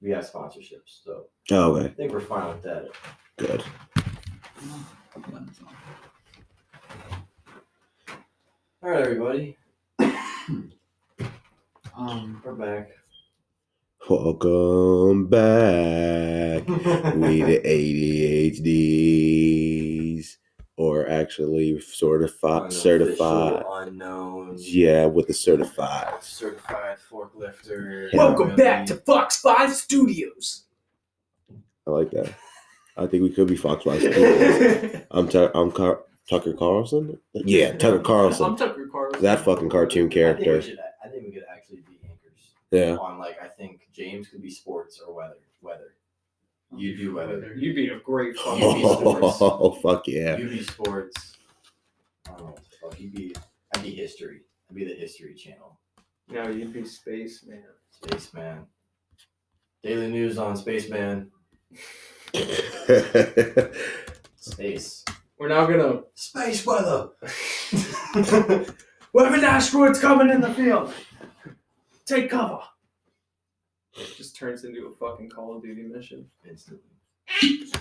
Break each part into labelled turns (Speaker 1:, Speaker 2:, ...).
Speaker 1: we have sponsorships, so
Speaker 2: Oh, okay.
Speaker 1: I think we're fine with that.
Speaker 2: Good.
Speaker 1: All right, everybody,
Speaker 3: Um,
Speaker 1: we're back.
Speaker 2: Welcome back. we the ADHDs, or actually certified,
Speaker 1: Unofficial,
Speaker 2: certified.
Speaker 1: unknown,
Speaker 2: Yeah, with the certified.
Speaker 1: certified forklifter.
Speaker 3: welcome back to Fox Five Studios.
Speaker 2: I like that. I think we could be Fox Fox.
Speaker 1: to.
Speaker 2: I'm Tuck I'm Car- Tucker Carlson. Yeah, Tucker Carlson.
Speaker 3: I'm Tucker Carlson.
Speaker 2: That fucking cartoon
Speaker 1: I think, we
Speaker 2: character.
Speaker 1: should, I think we could actually be anchors
Speaker 2: Yeah.
Speaker 1: on like I think James could be sports or weather. Weather. You do weather.
Speaker 3: You'd be a great fucking.
Speaker 2: Oh fuck yeah.
Speaker 1: You be sports. I don't know what the fuck. You be. I'd be history. I'd be the history channel.
Speaker 3: no, you'd be spaceman.
Speaker 1: Spaceman. Daily news on Spaceman. Space.
Speaker 3: We're now gonna.
Speaker 1: Space weather.
Speaker 3: We have an asteroid's coming in the field. Take cover. It just turns into a fucking Call of Duty mission.
Speaker 1: Instantly.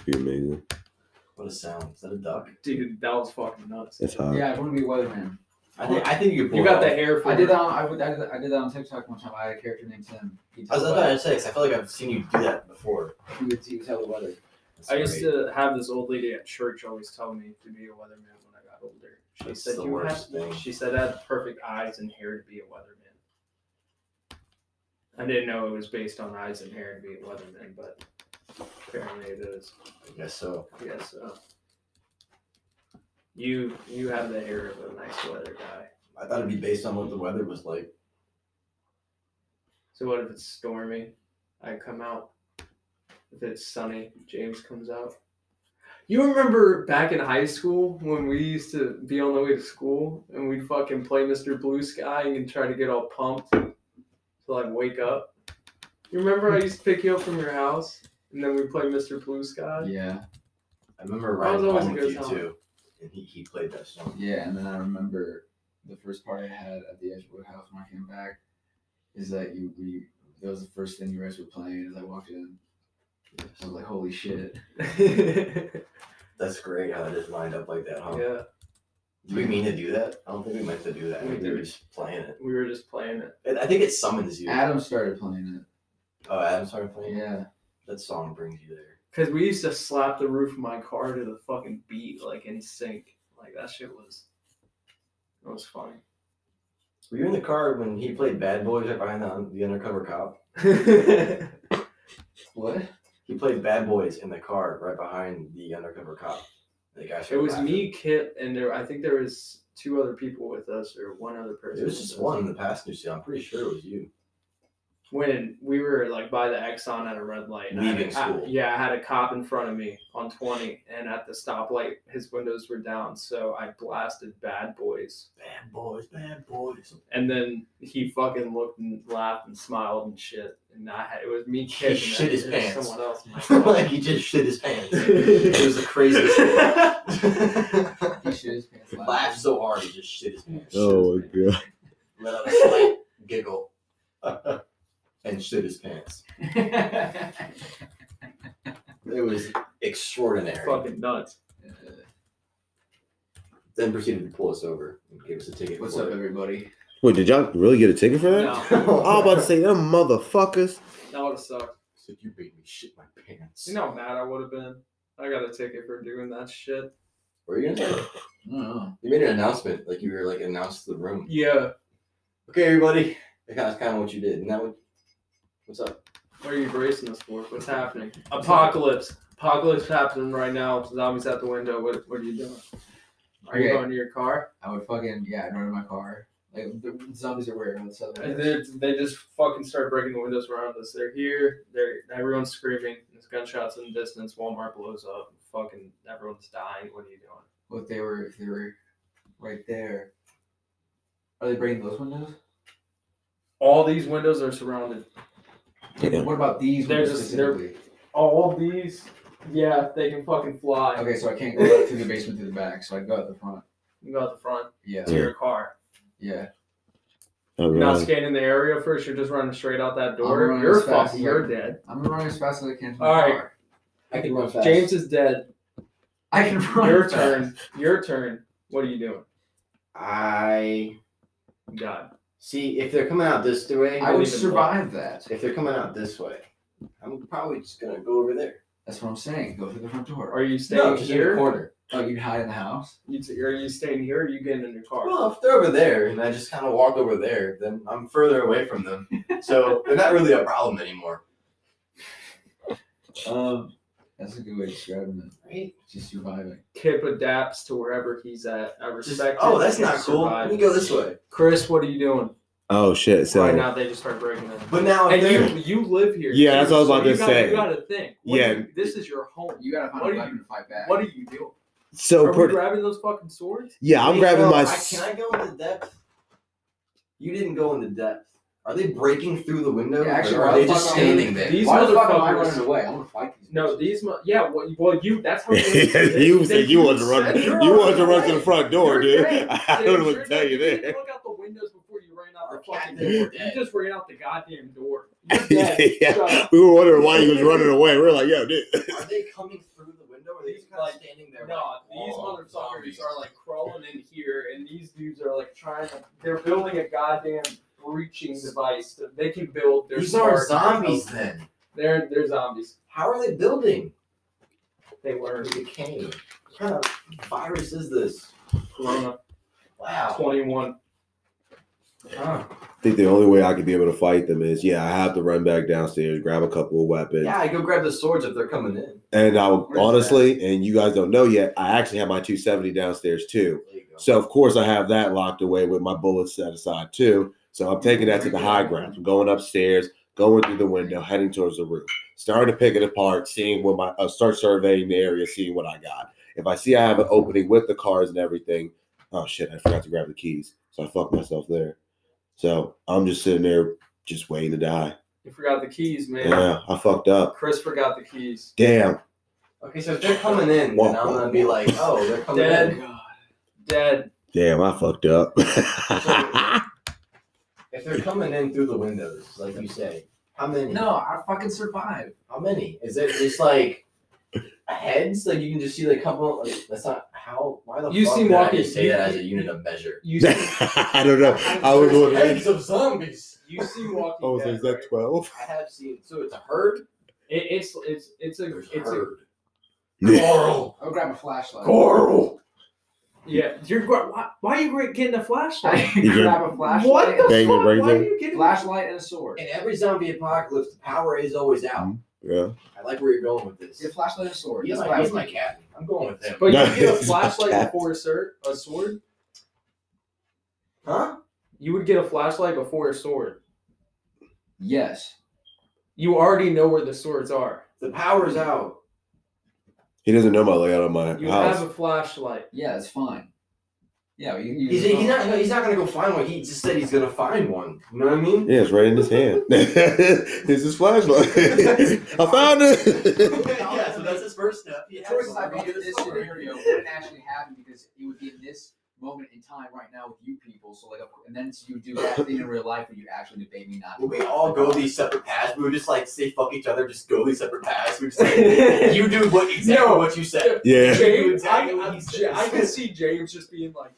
Speaker 2: Be amazing.
Speaker 1: What a sound. Is that a duck?
Speaker 3: Dude, that was fucking nuts.
Speaker 2: That's hot.
Speaker 4: Yeah, I want to be a weatherman.
Speaker 1: I think I think you could pull
Speaker 3: You got the
Speaker 1: that.
Speaker 3: hair for
Speaker 4: I did
Speaker 3: it.
Speaker 4: that. On, I, would- I did that- I did that on TikTok one time. I had a character named Tim. He
Speaker 1: I was
Speaker 4: tells
Speaker 1: about to say 'cause I feel like I've seen you do that before.
Speaker 4: he would, he would tell the weather.
Speaker 1: That's
Speaker 3: I used
Speaker 1: great.
Speaker 3: to have this old lady at church always tell me to be a weatherman when I got older. She
Speaker 1: That's
Speaker 3: said
Speaker 1: the
Speaker 3: you
Speaker 1: worst
Speaker 3: have
Speaker 1: thing.
Speaker 3: she said I had the perfect eyes and hair to be a weatherman. I didn't know it was based on eyes and hair to be a weatherman, but apparently it is.
Speaker 1: I guess so.
Speaker 3: Yes. Uh, you you have the hair of a nice weather guy.
Speaker 1: I thought it'd be based on what the weather was like.
Speaker 3: So what if it's stormy? I come out. If it's sunny, James comes out. You remember back in high school when we used to be on the way to school and we'd fucking play Mr. Blue Sky and try to get all pumped to like wake up? You remember I used to pick you up from your house and then we play Mr. Blue Sky?
Speaker 4: Yeah,
Speaker 1: I remember
Speaker 3: That was
Speaker 1: riding
Speaker 3: always
Speaker 1: home
Speaker 3: a
Speaker 1: with
Speaker 3: good
Speaker 1: you
Speaker 3: song.
Speaker 1: too, and he, he played that song.
Speaker 4: yeah. And then I remember the first party I had at the Edgewood House when I came back is that you we that was the first thing you guys were playing as I walked in. I was like, holy shit!
Speaker 1: That's great how that is lined up like that, huh?
Speaker 3: yeah,
Speaker 1: Do we mean to do that? I don't think we meant to do that. I
Speaker 3: We
Speaker 1: think we were
Speaker 3: did.
Speaker 1: just playing it.
Speaker 3: we were just playing it.
Speaker 1: I- I think it summons you.
Speaker 4: Adam started playing
Speaker 1: Oh, Adam started
Speaker 4: it.
Speaker 1: playing. it?
Speaker 4: Yeah,
Speaker 1: That song brings you there.
Speaker 3: Because we used to slap the roof of my car to the fucking beat, like in sync. Like that shit was. It was funny.
Speaker 1: Were you in the car when he played Bad Boys right behind the, the undercover cop?
Speaker 3: That's
Speaker 4: what?
Speaker 1: He played Bad Boys in the car right behind the undercover cop. The guy
Speaker 3: It
Speaker 1: started
Speaker 3: was
Speaker 1: laughing.
Speaker 3: me, Kip, and there. I think there was two other people with us, or one other person.
Speaker 1: It was
Speaker 3: with
Speaker 1: just
Speaker 3: us.
Speaker 1: one in the passenger seat. I'm pretty sure it was you.
Speaker 3: When we were like by the Exxon at a red light. and I had a
Speaker 1: Leaving
Speaker 3: cop-
Speaker 1: school.
Speaker 3: yeah, I had a cop in front of me on twenty, and at the stoplight, his windows were down, so I blasted "Bad Boys,"
Speaker 1: Bad Boys, Bad Boys.
Speaker 3: and then he fucking looked and laughed and smiled and shit, and I had, it was me, Kip, and
Speaker 1: shit
Speaker 3: then
Speaker 1: his
Speaker 3: there
Speaker 1: pants.
Speaker 3: was Someone else.
Speaker 1: like he just shit his pants. It was the craziest. thing.
Speaker 4: He shit his pants.
Speaker 1: Laughed so hard he just shit his pants.
Speaker 2: Oh my god.
Speaker 1: Let out a slight giggle and shit his pants.
Speaker 4: laughing.
Speaker 1: It was extraordinary.
Speaker 3: fucking nuts.
Speaker 1: Then proceeded to pull us over and give us a ticket.
Speaker 4: What's
Speaker 1: for
Speaker 4: up,
Speaker 1: it.
Speaker 4: everybody?
Speaker 2: Wait, did y'all really get a ticket for that?
Speaker 3: No,
Speaker 2: I was about to say them motherfuckers.
Speaker 3: that would have sucked.
Speaker 1: Said, you made me shit my pants.
Speaker 3: You know how mad I would have been? I got a ticket for doing that shit.
Speaker 1: What were you gonna say?
Speaker 4: I don't know.
Speaker 1: You made an announcement, like you were like announced to the room.
Speaker 3: Yeah.
Speaker 1: Okay, everybody. That's kind of what you did. And that what? What's up?
Speaker 3: What are you bracing us for? What's happening? Apocalypse. Apocalypse happening right now. Zombies out the window. What, what are you doing? Are you
Speaker 4: Okay.
Speaker 3: going to your car?
Speaker 4: I would fucking yeah, I'd run in my car. Like the zombies are weird on
Speaker 3: And
Speaker 4: Southern.
Speaker 3: then they just fucking start breaking the windows around us. They're here. They're everyone's screaming. There's gunshots in the distance. Walmart blows up. Fucking everyone's dying. What are you doing?
Speaker 4: What they were if they were right there. Are they breaking those windows?
Speaker 3: All these windows are surrounded.
Speaker 2: Yeah.
Speaker 4: What about these
Speaker 3: They're
Speaker 4: windows
Speaker 3: just- they're-
Speaker 4: specifically?
Speaker 3: All these. Yeah, they can fucking fly.
Speaker 4: Okay, so I can't go out through the basement through the back, so I go out the front.
Speaker 3: You go out the front
Speaker 4: Yeah.
Speaker 3: to your car.
Speaker 4: Yeah.
Speaker 2: I'm
Speaker 3: You're not
Speaker 2: running.
Speaker 3: scanning the area first. You're just running straight out that
Speaker 4: I'm
Speaker 3: door.
Speaker 4: running
Speaker 3: You're
Speaker 4: as fast
Speaker 3: fucked.
Speaker 4: as I
Speaker 3: You're
Speaker 4: can.
Speaker 3: dead.
Speaker 4: I'm running as fast as I can. To my
Speaker 3: All right.
Speaker 4: car. I can run fast.
Speaker 3: James is dead.
Speaker 4: I can run.
Speaker 3: Your
Speaker 4: fast.
Speaker 3: turn. Your turn. What are you doing?
Speaker 1: I
Speaker 3: God.
Speaker 1: see if they're coming out this way.
Speaker 4: I would
Speaker 3: even
Speaker 4: survive that.
Speaker 1: If they're coming out this way, I'm probably just gonna go over there.
Speaker 4: That's what I'm saying. Go through the front door.
Speaker 3: Are you staying
Speaker 1: No, just
Speaker 4: in the
Speaker 3: here?
Speaker 4: corner. Oh, you can hide in the house.
Speaker 3: You t- are you staying here? Or are you getting in your car?
Speaker 1: Well, if they're over there and I just kind of walk over there, then I'm further away from them, so they're not really a problem anymore.
Speaker 4: Um, that's a good way to describe it.
Speaker 1: Right?
Speaker 4: Just surviving.
Speaker 3: Kip adapts to wherever he's at. I
Speaker 1: Just,
Speaker 3: respect.
Speaker 1: oh,
Speaker 3: it.
Speaker 1: that's
Speaker 3: Kip
Speaker 1: not cool. Let
Speaker 3: survived.
Speaker 1: me go this way.
Speaker 3: Chris, what are you doing?
Speaker 2: Oh shit! So
Speaker 3: right now they just start breaking in.
Speaker 1: But
Speaker 4: Oh,
Speaker 1: now if
Speaker 3: And
Speaker 1: they're
Speaker 3: you you live here.
Speaker 2: Yeah, that's what I was
Speaker 3: so
Speaker 2: about
Speaker 3: you
Speaker 2: to
Speaker 3: gotta-
Speaker 2: say.
Speaker 3: You got to think. What
Speaker 2: Yeah.
Speaker 3: do you- this is your home.
Speaker 4: You gotta find
Speaker 3: What
Speaker 4: a
Speaker 3: do
Speaker 4: weapon
Speaker 3: you-
Speaker 4: to fight back.
Speaker 3: What are you doing?
Speaker 2: so
Speaker 3: Are we
Speaker 2: pretty.
Speaker 3: grabbing those fucking swords?
Speaker 2: Yeah, I'm
Speaker 1: Wait,
Speaker 2: grabbing
Speaker 1: no,
Speaker 2: my.
Speaker 1: I,
Speaker 2: s-
Speaker 1: can I go into depth? You didn't go into depth. Are they breaking through the window?
Speaker 4: Yeah,
Speaker 1: or
Speaker 4: actually,
Speaker 1: are
Speaker 4: why
Speaker 1: they
Speaker 4: the
Speaker 1: just
Speaker 4: fuck am I
Speaker 1: standing
Speaker 4: running?
Speaker 1: there?
Speaker 3: These
Speaker 4: Why the fuck am I
Speaker 3: motherfuckers-
Speaker 4: running away? I'm gonna fight these.
Speaker 3: No,
Speaker 4: bitches.
Speaker 3: these. Mu- yeah. Well, well, you. That's how.
Speaker 2: you said you wanted to run.
Speaker 1: said you're
Speaker 2: You wanted to
Speaker 1: on
Speaker 2: run
Speaker 1: the
Speaker 2: to the
Speaker 1: way.
Speaker 2: front door,
Speaker 3: You're
Speaker 2: dude.
Speaker 3: dead.
Speaker 2: I don't want to tell you
Speaker 3: You didn't
Speaker 2: that.
Speaker 3: look out the windows before you ran out
Speaker 1: Our
Speaker 3: the fucking
Speaker 1: captains
Speaker 3: door.
Speaker 1: are
Speaker 3: You
Speaker 1: dead.
Speaker 3: just ran out the goddamn door. You're dead. Shut
Speaker 2: yeah,
Speaker 3: up.
Speaker 2: we were wondering why he was running away. We were like, "Yo, dude."
Speaker 1: Are they coming through the window? Or are they just kind
Speaker 3: Like,
Speaker 1: of standing there?
Speaker 3: No,
Speaker 1: like,
Speaker 3: these
Speaker 1: "Oh,
Speaker 3: motherfuckers
Speaker 1: sorry."
Speaker 3: are like crawling in here, and these dudes are like trying to. They're building a goddamn breaching device that they can build. They're
Speaker 1: These
Speaker 3: smart.
Speaker 1: are zombies then.
Speaker 3: They're they're zombies.
Speaker 1: How are they building?
Speaker 3: They
Speaker 1: They're
Speaker 3: learn
Speaker 1: decaying. What kind of virus is this?
Speaker 3: Corona
Speaker 1: Wow.
Speaker 3: twenty one.
Speaker 1: Huh.
Speaker 2: I think the only way I could be able to fight them is, yeah, I have to run back downstairs, grab a couple of weapons,
Speaker 1: Yeah, I go grab the swords if they're coming in.
Speaker 2: and I'll
Speaker 4: Where's
Speaker 2: honestly, and you guys don't know yet, I actually have my 270 downstairs too.
Speaker 1: There you go.
Speaker 2: So of course I have that locked away with my bullets set aside too. So I'm taking that to the high ground, I'm going upstairs, going through the window, heading towards the roof, starting to pick it apart, seeing what my uh, start surveying the area, seeing what I got. If I see I have an opening with the cars and everything, oh shit, I forgot to grab the keys, so I fucked myself there. So I'm just sitting there, just waiting to die.
Speaker 3: You forgot the keys, man.
Speaker 2: Yeah, I fucked up.
Speaker 3: Chris forgot the keys.
Speaker 2: Damn.
Speaker 1: okay, so if they're coming in,
Speaker 2: Whoa,
Speaker 1: then I'm
Speaker 2: whoa,
Speaker 1: gonna be
Speaker 2: whoa.
Speaker 1: like, oh, they're coming
Speaker 3: Dead.
Speaker 1: in.
Speaker 3: Dead.
Speaker 2: Damn, I fucked up.
Speaker 1: If they're coming in through the windows, like you say, how many?
Speaker 4: No, I fucking survived.
Speaker 1: How many? Is it just like heads? Like you can just see like couple. Like, that's not how. Why the
Speaker 3: You
Speaker 1: fuck
Speaker 3: seem
Speaker 1: did I
Speaker 3: walking-
Speaker 1: just say that as a unit of measure?
Speaker 3: You see,
Speaker 2: I don't know. I was
Speaker 1: There's
Speaker 2: looking.
Speaker 1: heads of zombies.
Speaker 3: you see walking.
Speaker 2: I was like,
Speaker 3: dead,
Speaker 2: Oh, is
Speaker 3: right?
Speaker 2: that 12?
Speaker 1: I have seen. So it's a herd.
Speaker 3: It, it's it's it's a
Speaker 1: There's
Speaker 3: it's a
Speaker 1: herd. Coral.
Speaker 4: I'll grab a flashlight.
Speaker 1: Coral.
Speaker 3: yeah. You're gra- why, why are you getting a flashlight?
Speaker 4: I can
Speaker 2: You
Speaker 4: grab a flashlight.
Speaker 3: What the
Speaker 2: Bang it
Speaker 3: fuck?
Speaker 2: right
Speaker 3: Why are
Speaker 2: there.
Speaker 3: you getting
Speaker 4: Flashlight and a sword.
Speaker 1: In every zombie apocalypse, the power is always out.
Speaker 2: Yeah.
Speaker 1: I like where you're going with this.
Speaker 4: Get a flashlight and a sword.
Speaker 1: He's
Speaker 4: That's
Speaker 1: my,
Speaker 4: what
Speaker 1: he's
Speaker 4: I
Speaker 1: my captain. I'm going with him.
Speaker 3: But you
Speaker 2: No,
Speaker 3: get a
Speaker 2: it's not
Speaker 3: flashlight
Speaker 2: that.
Speaker 3: before a, sir- a sword.
Speaker 1: Huh?
Speaker 3: You would get a flashlight before a sword.
Speaker 4: Yes.
Speaker 3: You already know where the swords are.
Speaker 1: The power's out.
Speaker 2: He doesn't know my layout of my
Speaker 3: You
Speaker 2: house.
Speaker 3: have a flashlight.
Speaker 4: Yeah, it's fine. Yeah, you can use
Speaker 1: He's,
Speaker 4: it.
Speaker 1: he's not. He's not gonna go find one. He just said he's gonna find one. You know what I mean?
Speaker 2: Yeah, it's right in his hand. Here's his flashlight. I found it.
Speaker 1: yeah, so that's his first step.
Speaker 4: The
Speaker 1: Yeah,
Speaker 4: choices I
Speaker 1: so
Speaker 4: made
Speaker 1: you
Speaker 4: in
Speaker 1: get a
Speaker 4: this
Speaker 1: sword.
Speaker 4: scenario wouldn't actually happen because it would be in this moment in time right now with you people. So like, and then you do that thing in real life where you actually debate me not. to
Speaker 1: When we
Speaker 4: do it.
Speaker 1: all go these separate paths, we would just like say fuck each other, just go these separate paths. We would just like, you do what exactly
Speaker 3: No.
Speaker 1: what you said.
Speaker 2: Yeah.
Speaker 3: James, I,
Speaker 1: Exactly what
Speaker 3: I-
Speaker 1: he says.
Speaker 3: Ja- I can see James just being like,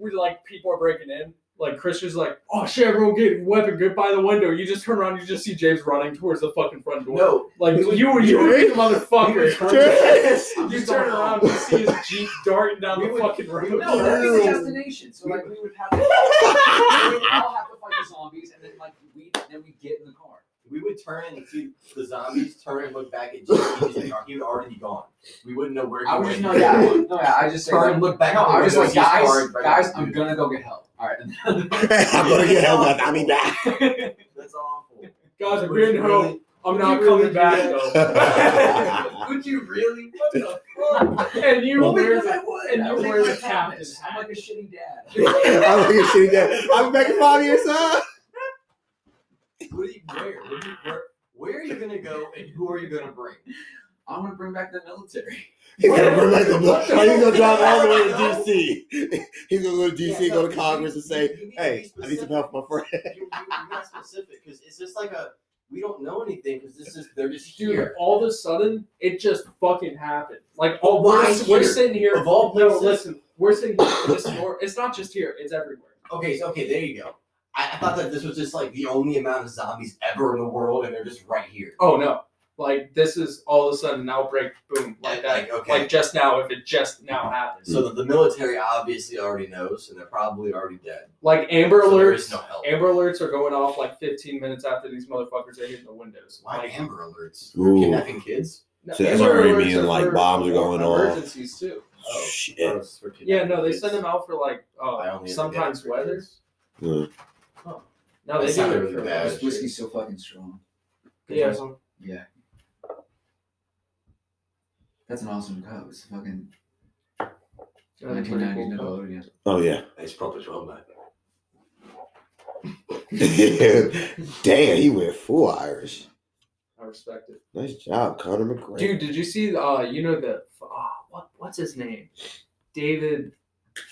Speaker 3: we like people are breaking in. Like Christian's like, oh shit, everyone get your weapon, get by the window. You just turn around, you just see James running towards the fucking front door.
Speaker 1: No,
Speaker 3: Like you were you were
Speaker 2: James?
Speaker 3: the motherfucker.
Speaker 2: James!
Speaker 1: I'm
Speaker 3: You
Speaker 1: just
Speaker 3: turn
Speaker 1: going
Speaker 3: around,
Speaker 1: home.
Speaker 3: you see his jeep dart down
Speaker 1: We
Speaker 3: the
Speaker 1: would-
Speaker 3: fucking
Speaker 1: we
Speaker 3: road.
Speaker 1: would-
Speaker 4: No, that'd
Speaker 2: No.
Speaker 4: be the destination. So like, we would have. To, we would all have to fight the zombies, and then like we then we get in the car.
Speaker 1: We would turn and see the zombies turn and look back at Jimmy. He would already be gone. We wouldn't know where he
Speaker 4: I was
Speaker 1: went.
Speaker 4: just no, yeah, no, yeah. I just say,
Speaker 1: Turn
Speaker 4: like,
Speaker 1: and look back.
Speaker 4: no,
Speaker 1: out the
Speaker 4: I was
Speaker 1: window,
Speaker 4: just like,
Speaker 1: he's
Speaker 4: guys,
Speaker 1: hard right
Speaker 4: guys,
Speaker 1: now,
Speaker 4: I'm
Speaker 1: dude.
Speaker 4: gonna go get help. All right,
Speaker 2: I'm going to get help. I mean,
Speaker 1: That's awful.
Speaker 3: Guys, I'm
Speaker 1: Would you
Speaker 3: getting home. I'm
Speaker 1: would
Speaker 3: not
Speaker 1: you really
Speaker 3: coming
Speaker 1: do
Speaker 3: back though.
Speaker 1: that?
Speaker 2: though.
Speaker 1: would you really? What the fuck?
Speaker 3: and you
Speaker 2: Well,
Speaker 3: were wearing
Speaker 1: because I would.
Speaker 3: and
Speaker 1: I
Speaker 3: you
Speaker 1: would.
Speaker 3: were the
Speaker 4: Like
Speaker 3: captain.
Speaker 4: Thomas, I'm like a shitty dad.
Speaker 2: I'm like a shitty guy. I'm back in five years old.
Speaker 1: What do you, where, where, where are you gonna go and who are you gonna bring?
Speaker 4: I'm gonna bring back the military.
Speaker 2: He's gonna bring back the
Speaker 4: What
Speaker 2: blood.
Speaker 4: the-
Speaker 2: He's gonna drive all the way to
Speaker 4: No.
Speaker 2: DC. He's gonna go to DC,
Speaker 1: Yeah, no,
Speaker 2: go to Congress, and say,
Speaker 1: you need to be
Speaker 2: "Hey, I need some
Speaker 1: specific.
Speaker 2: help, my friend."
Speaker 1: you, you, you're not specific because it's just like a we don't know anything because this is they're just
Speaker 3: Dude,
Speaker 1: here.
Speaker 3: all of a sudden, it just fucking happened. Like,
Speaker 1: But
Speaker 3: oh,
Speaker 1: why
Speaker 3: we're, we're
Speaker 1: here?
Speaker 3: sitting here.
Speaker 1: Of all
Speaker 3: no,
Speaker 1: places?
Speaker 3: listen, we're sitting here. in This nor- it's not just here; it's everywhere.
Speaker 1: Okay, so okay, there you go. I, I thought that this was just like the only amount of zombies ever in the world, and they're just right here.
Speaker 3: Oh no! Like this is all of a sudden an outbreak. Boom! Like that.
Speaker 1: Like, okay.
Speaker 3: Like just now, if it just now happens.
Speaker 1: So the, the military obviously already knows, and they're probably already dead.
Speaker 3: Like Amber
Speaker 1: so there
Speaker 3: Alerts.
Speaker 1: is no help.
Speaker 3: Amber Alerts are going off like 15 minutes after these motherfuckers are hitting the windows.
Speaker 1: Why
Speaker 3: like,
Speaker 1: Amber Alerts?
Speaker 2: Ooh.
Speaker 1: Kidnapping kids.
Speaker 3: no,
Speaker 2: So
Speaker 3: Amber
Speaker 2: SRE
Speaker 3: Alerts
Speaker 2: meaning,
Speaker 3: are
Speaker 2: like,
Speaker 3: for
Speaker 2: bombs are going off.
Speaker 3: Emergencies too.
Speaker 1: Oh.
Speaker 2: Shit.
Speaker 1: Gross for
Speaker 3: Yeah,
Speaker 1: kidnapping
Speaker 3: no, they
Speaker 1: kids.
Speaker 3: send them out for like
Speaker 1: I
Speaker 3: uh,
Speaker 1: only ever
Speaker 3: sometimes
Speaker 1: get it for
Speaker 3: weather.
Speaker 1: kids.
Speaker 3: No, they
Speaker 1: That's
Speaker 3: do
Speaker 1: not
Speaker 3: it
Speaker 1: really
Speaker 3: for
Speaker 1: bad.
Speaker 3: other
Speaker 4: This
Speaker 3: shit.
Speaker 4: whiskey's so fucking strong.
Speaker 3: Yeah.
Speaker 4: Yeah. That's an awesome cup. It's a fucking
Speaker 3: That'd be pretty
Speaker 4: 1990s
Speaker 3: cool.
Speaker 4: Nickelodeon.
Speaker 2: Oh yeah.
Speaker 1: It's probably twelve nine.
Speaker 2: Damn, he went full Irish.
Speaker 3: I respect it.
Speaker 2: Nice job, Connor McGregor.
Speaker 3: Dude, did you see? Uh, you know the uh, what? What's his name? David.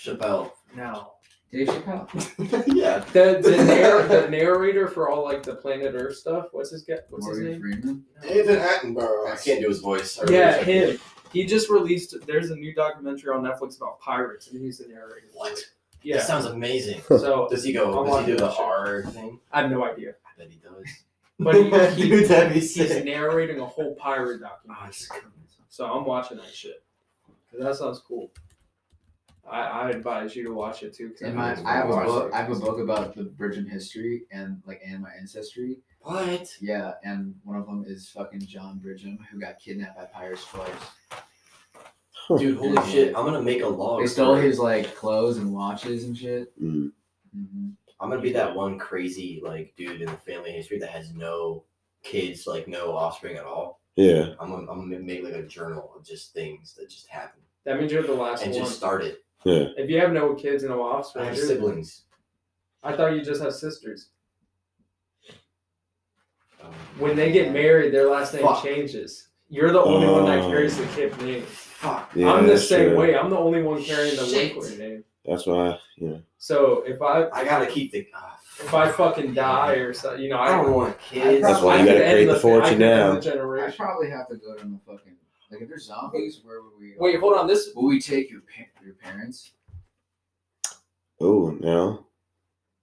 Speaker 1: Chappelle.
Speaker 3: No.
Speaker 4: Dave Chappelle.
Speaker 1: yeah.
Speaker 3: The the, narr- the narrator for all like the Planet Earth stuff. What's his get? What's his
Speaker 4: Morgan
Speaker 3: name?
Speaker 4: Freeman.
Speaker 2: David Attenborough.
Speaker 1: I can't do his voice. I really
Speaker 3: Yeah,
Speaker 1: wish I could.
Speaker 3: him. He just released. There's a new documentary on Netflix about pirates, and he's the narrator.
Speaker 1: What? That
Speaker 3: Yeah.
Speaker 1: sounds amazing.
Speaker 3: So
Speaker 1: Does he go?
Speaker 3: I'm
Speaker 1: Does he
Speaker 3: watching
Speaker 1: do the
Speaker 3: that shit.
Speaker 1: R thing?
Speaker 3: I have no idea,
Speaker 1: I bet he does.
Speaker 3: but he, he-
Speaker 1: Dude, that'd be
Speaker 3: he's
Speaker 1: sick. Oh,
Speaker 3: narrating a whole pirate documentary.
Speaker 1: it's
Speaker 3: So I'm watching that shit. 'Cause that sounds cool. I, I advise you to watch it too. 'cause
Speaker 4: And
Speaker 3: think
Speaker 4: my,
Speaker 3: it's
Speaker 4: I have a
Speaker 3: cool.
Speaker 4: book. I have a book about the Bridgman history and like and my ancestry.
Speaker 1: What?
Speaker 4: Yeah, and one of them is fucking John Bridgman, who got kidnapped by pirates twice.
Speaker 1: Dude, holy shit! I'm gonna make a log.
Speaker 4: They stole
Speaker 1: for-
Speaker 4: his like clothes and watches and shit.
Speaker 2: Mm.
Speaker 4: hmm
Speaker 1: I'm gonna be that one crazy like dude in the family history that has no kids, like no offspring at all.
Speaker 2: Yeah.
Speaker 1: I'm gonna, I'm gonna make like a journal of just things that just happened
Speaker 3: That means you're the last
Speaker 1: and
Speaker 3: one.
Speaker 1: just start it.
Speaker 3: If you have no kids and no
Speaker 1: I
Speaker 3: offspring,
Speaker 1: have
Speaker 3: you're-
Speaker 1: siblings.
Speaker 3: I thought you just have sisters.
Speaker 1: Um,
Speaker 3: When they get married, their last name
Speaker 1: Fuck.
Speaker 3: changes. You're the only one that
Speaker 2: Oh.
Speaker 3: carries the kid name.
Speaker 1: fuck.
Speaker 2: yeah
Speaker 3: I'm the
Speaker 2: that's
Speaker 3: same
Speaker 2: true.
Speaker 3: way. I'm the only one carrying the
Speaker 1: Shit.
Speaker 3: Winkler name.
Speaker 2: That's why. Yeah.
Speaker 3: So if I
Speaker 1: I gotta keep the. ah,
Speaker 3: if I fucking die or something, you know,
Speaker 1: I
Speaker 3: I,
Speaker 1: don't want kids.
Speaker 2: That's why
Speaker 3: I
Speaker 2: you
Speaker 3: could
Speaker 2: gotta
Speaker 3: end
Speaker 2: create the
Speaker 3: I
Speaker 2: fortune
Speaker 3: could end
Speaker 2: now.
Speaker 3: the
Speaker 4: I
Speaker 3: generation.
Speaker 4: probably have to go to the fucking like if there's zombies, where would we?
Speaker 3: Wait, hold on. This
Speaker 4: Will we take your pa- your parents?
Speaker 2: Oh no,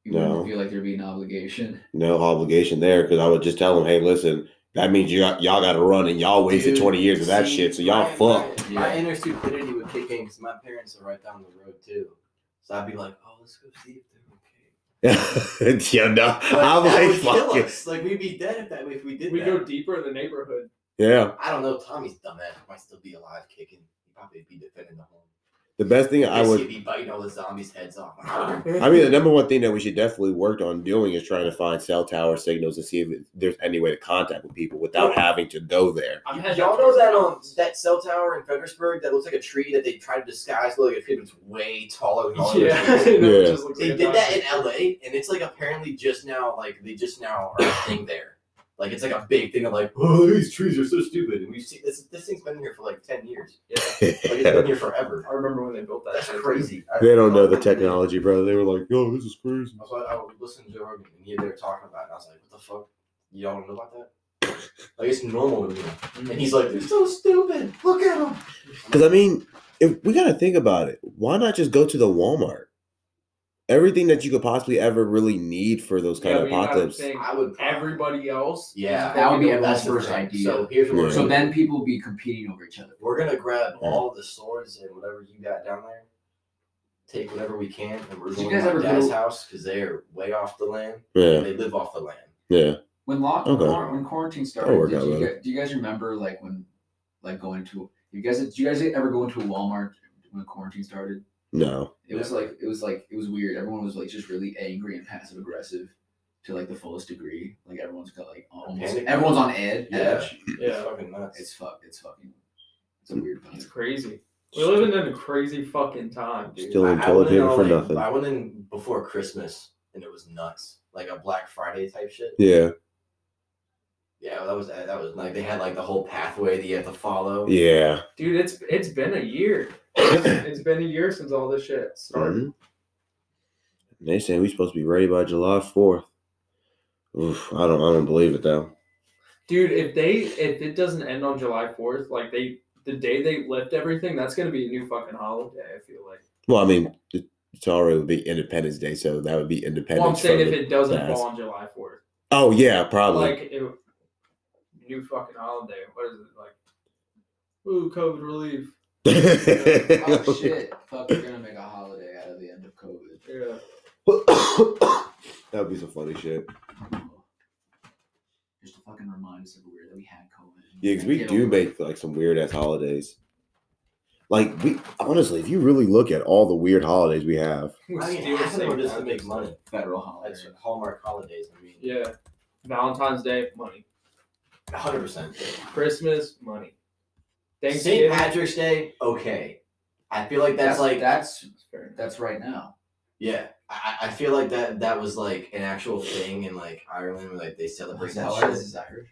Speaker 4: You wouldn't
Speaker 2: No.
Speaker 4: feel like there'd be an obligation.
Speaker 2: no obligation there because I would just tell them, hey, listen, that means you got, y'all got to run and y'all wasted
Speaker 1: Dude,
Speaker 2: twenty years of that
Speaker 1: see,
Speaker 2: shit, so y'all
Speaker 1: my-
Speaker 2: fucked.
Speaker 1: My, my
Speaker 4: Yeah.
Speaker 1: inner stupidity would kick in because my parents are right down the road too, so I'd be like, oh, let's go see if they're okay.
Speaker 2: yeah, no,
Speaker 1: But
Speaker 2: I'm
Speaker 1: that
Speaker 2: like
Speaker 1: would kill
Speaker 2: fucking
Speaker 1: us. Like we'd be dead if that if we did
Speaker 3: we
Speaker 1: that.
Speaker 3: go deeper in the neighborhood.
Speaker 2: yeah.
Speaker 1: I don't know. Tommy's dumbass might still be alive, kicking. He probably be defending the home.
Speaker 2: The best thing I
Speaker 1: Guess
Speaker 2: would
Speaker 1: He'd be biting all the zombies' heads off.
Speaker 2: I mean, the number one thing that we should definitely work on doing is trying to find cell tower signals and see if there's any way to contact with people without having to go there.
Speaker 3: I'm heading
Speaker 1: Y'all
Speaker 3: out
Speaker 1: know that um
Speaker 3: towards-
Speaker 1: that cell tower in Fredericksburg that looks like a tree that they try to disguise like a tree that's way taller than all the
Speaker 3: Yeah.
Speaker 1: other trees.
Speaker 3: You know, it
Speaker 2: Yeah.
Speaker 3: just looks
Speaker 1: They
Speaker 3: like a
Speaker 1: did that
Speaker 3: document.
Speaker 1: in LA, and it's like apparently just now like they just now are a thing there. Like it's like a big thing of like, oh these trees are so stupid, and we've seen this. This thing's been here for like ten years. Like it's been here forever.
Speaker 3: I remember when they built that.
Speaker 1: That's
Speaker 3: shit.
Speaker 1: crazy. I-
Speaker 2: they don't know the technology, bro. They were like, "Yo, this is crazy."
Speaker 1: That's what I would listen to Joe Rogan and yeah, they were talking about it. And I was like, what the fuck? You all know about that? Like it's normal to me. And he's like, they're so stupid. Look at them.
Speaker 2: Because I mean, if we gotta think about it, why not just go to the Walmart? Everything that you could possibly ever really need for those kind
Speaker 3: Yeah,
Speaker 2: of
Speaker 3: but you gotta
Speaker 2: apocalypse.
Speaker 3: think
Speaker 1: I would
Speaker 3: Everybody else.
Speaker 1: Yeah.
Speaker 4: That would
Speaker 3: Everybody
Speaker 4: be everyone's
Speaker 1: That's
Speaker 3: else.
Speaker 1: the
Speaker 4: first
Speaker 1: thing.
Speaker 4: idea.
Speaker 1: So here's what we're
Speaker 2: Yeah.
Speaker 4: So
Speaker 1: gonna
Speaker 4: then people be competing over each other.
Speaker 1: do. we're gonna grab
Speaker 2: Yeah.
Speaker 1: all the swords and whatever you got down there. Take whatever we can, and we're
Speaker 4: Did you
Speaker 1: going to
Speaker 4: guys
Speaker 1: my
Speaker 4: ever
Speaker 1: dad's
Speaker 4: go-
Speaker 1: house because they're way off the land.
Speaker 2: Yeah,
Speaker 1: They live off the land.
Speaker 2: yeah.
Speaker 4: When lock
Speaker 2: Okay.
Speaker 4: quar- when quarantine
Speaker 2: That'll
Speaker 4: started,
Speaker 2: work
Speaker 4: did
Speaker 2: out
Speaker 4: you
Speaker 2: better.
Speaker 4: guys, do you guys remember like when like going to you guys did you guys ever go into a Walmart when quarantine started?
Speaker 2: No,
Speaker 4: It was like it was like it was weird. Everyone was like just really angry and passive aggressive to like the fullest degree. Like everyone's got like almost
Speaker 1: Panic.
Speaker 4: everyone's on ed
Speaker 1: Yeah.
Speaker 4: edge.
Speaker 1: It's
Speaker 3: Yeah.
Speaker 1: fucking nuts.
Speaker 4: It's fuck it's fucking it's a weird vibe.
Speaker 3: It's crazy. We're living in a crazy fucking time, dude.
Speaker 2: Still
Speaker 1: I-
Speaker 2: ain't
Speaker 1: I
Speaker 2: told
Speaker 1: went in
Speaker 2: him
Speaker 1: on,
Speaker 2: for
Speaker 1: like-
Speaker 2: nothing.
Speaker 1: I went in before Christmas and it was nuts, like a Black Friday type shit.
Speaker 2: yeah.
Speaker 1: Yeah, that was that was like they had like the whole pathway that you have to follow.
Speaker 2: Yeah.
Speaker 3: Dude, it's it's been a year. it's been a year since all this shit started.
Speaker 2: Mhm. They say we supposed to be ready by July fourth. Oof, I don't I don't believe it though.
Speaker 3: Dude, if they if it doesn't end on July fourth, like they the day they lift everything, that's gonna be a new fucking holiday. I feel like.
Speaker 2: Well, I mean, it- tomorrow would be Independence Day, so that would be Independence.
Speaker 3: Well, I'm saying
Speaker 2: from
Speaker 3: if
Speaker 2: the-
Speaker 3: it doesn't
Speaker 2: past.
Speaker 3: fall on July fourth,
Speaker 2: oh yeah, probably.
Speaker 3: like it, new fucking holiday. What is it like? Ooh, COVID relief.
Speaker 4: oh shit! Fuck, we're gonna make a holiday out of the end of COVID.
Speaker 3: Yeah.
Speaker 2: that would be some funny shit.
Speaker 4: Just to fucking remind us everywhere that we had COVID.
Speaker 2: Yeah, because we
Speaker 4: Get
Speaker 2: do
Speaker 4: over it.
Speaker 2: make like some weird ass holidays. Like we honestly, if you really look at all the weird holidays we have,
Speaker 3: We
Speaker 1: I mean,
Speaker 3: still
Speaker 1: half of them
Speaker 3: say
Speaker 1: are just
Speaker 3: that.
Speaker 1: to make money.
Speaker 4: federal
Speaker 1: That's
Speaker 4: holidays.
Speaker 1: Hallmark holidays. I mean,
Speaker 3: Yeah. Valentine's Day, money.
Speaker 1: hundred percent.
Speaker 3: Christmas, money.
Speaker 1: St.
Speaker 3: Thanksgiving.
Speaker 1: Patrick's Day, okay. I feel like that's, like
Speaker 4: that's
Speaker 3: It's fair enough.
Speaker 4: that's right now.
Speaker 1: yeah. I, I I feel like that that was like an actual thing in like Ireland where like they celebrate
Speaker 4: Is
Speaker 1: that
Speaker 4: that why
Speaker 1: shit.
Speaker 4: this is Irish?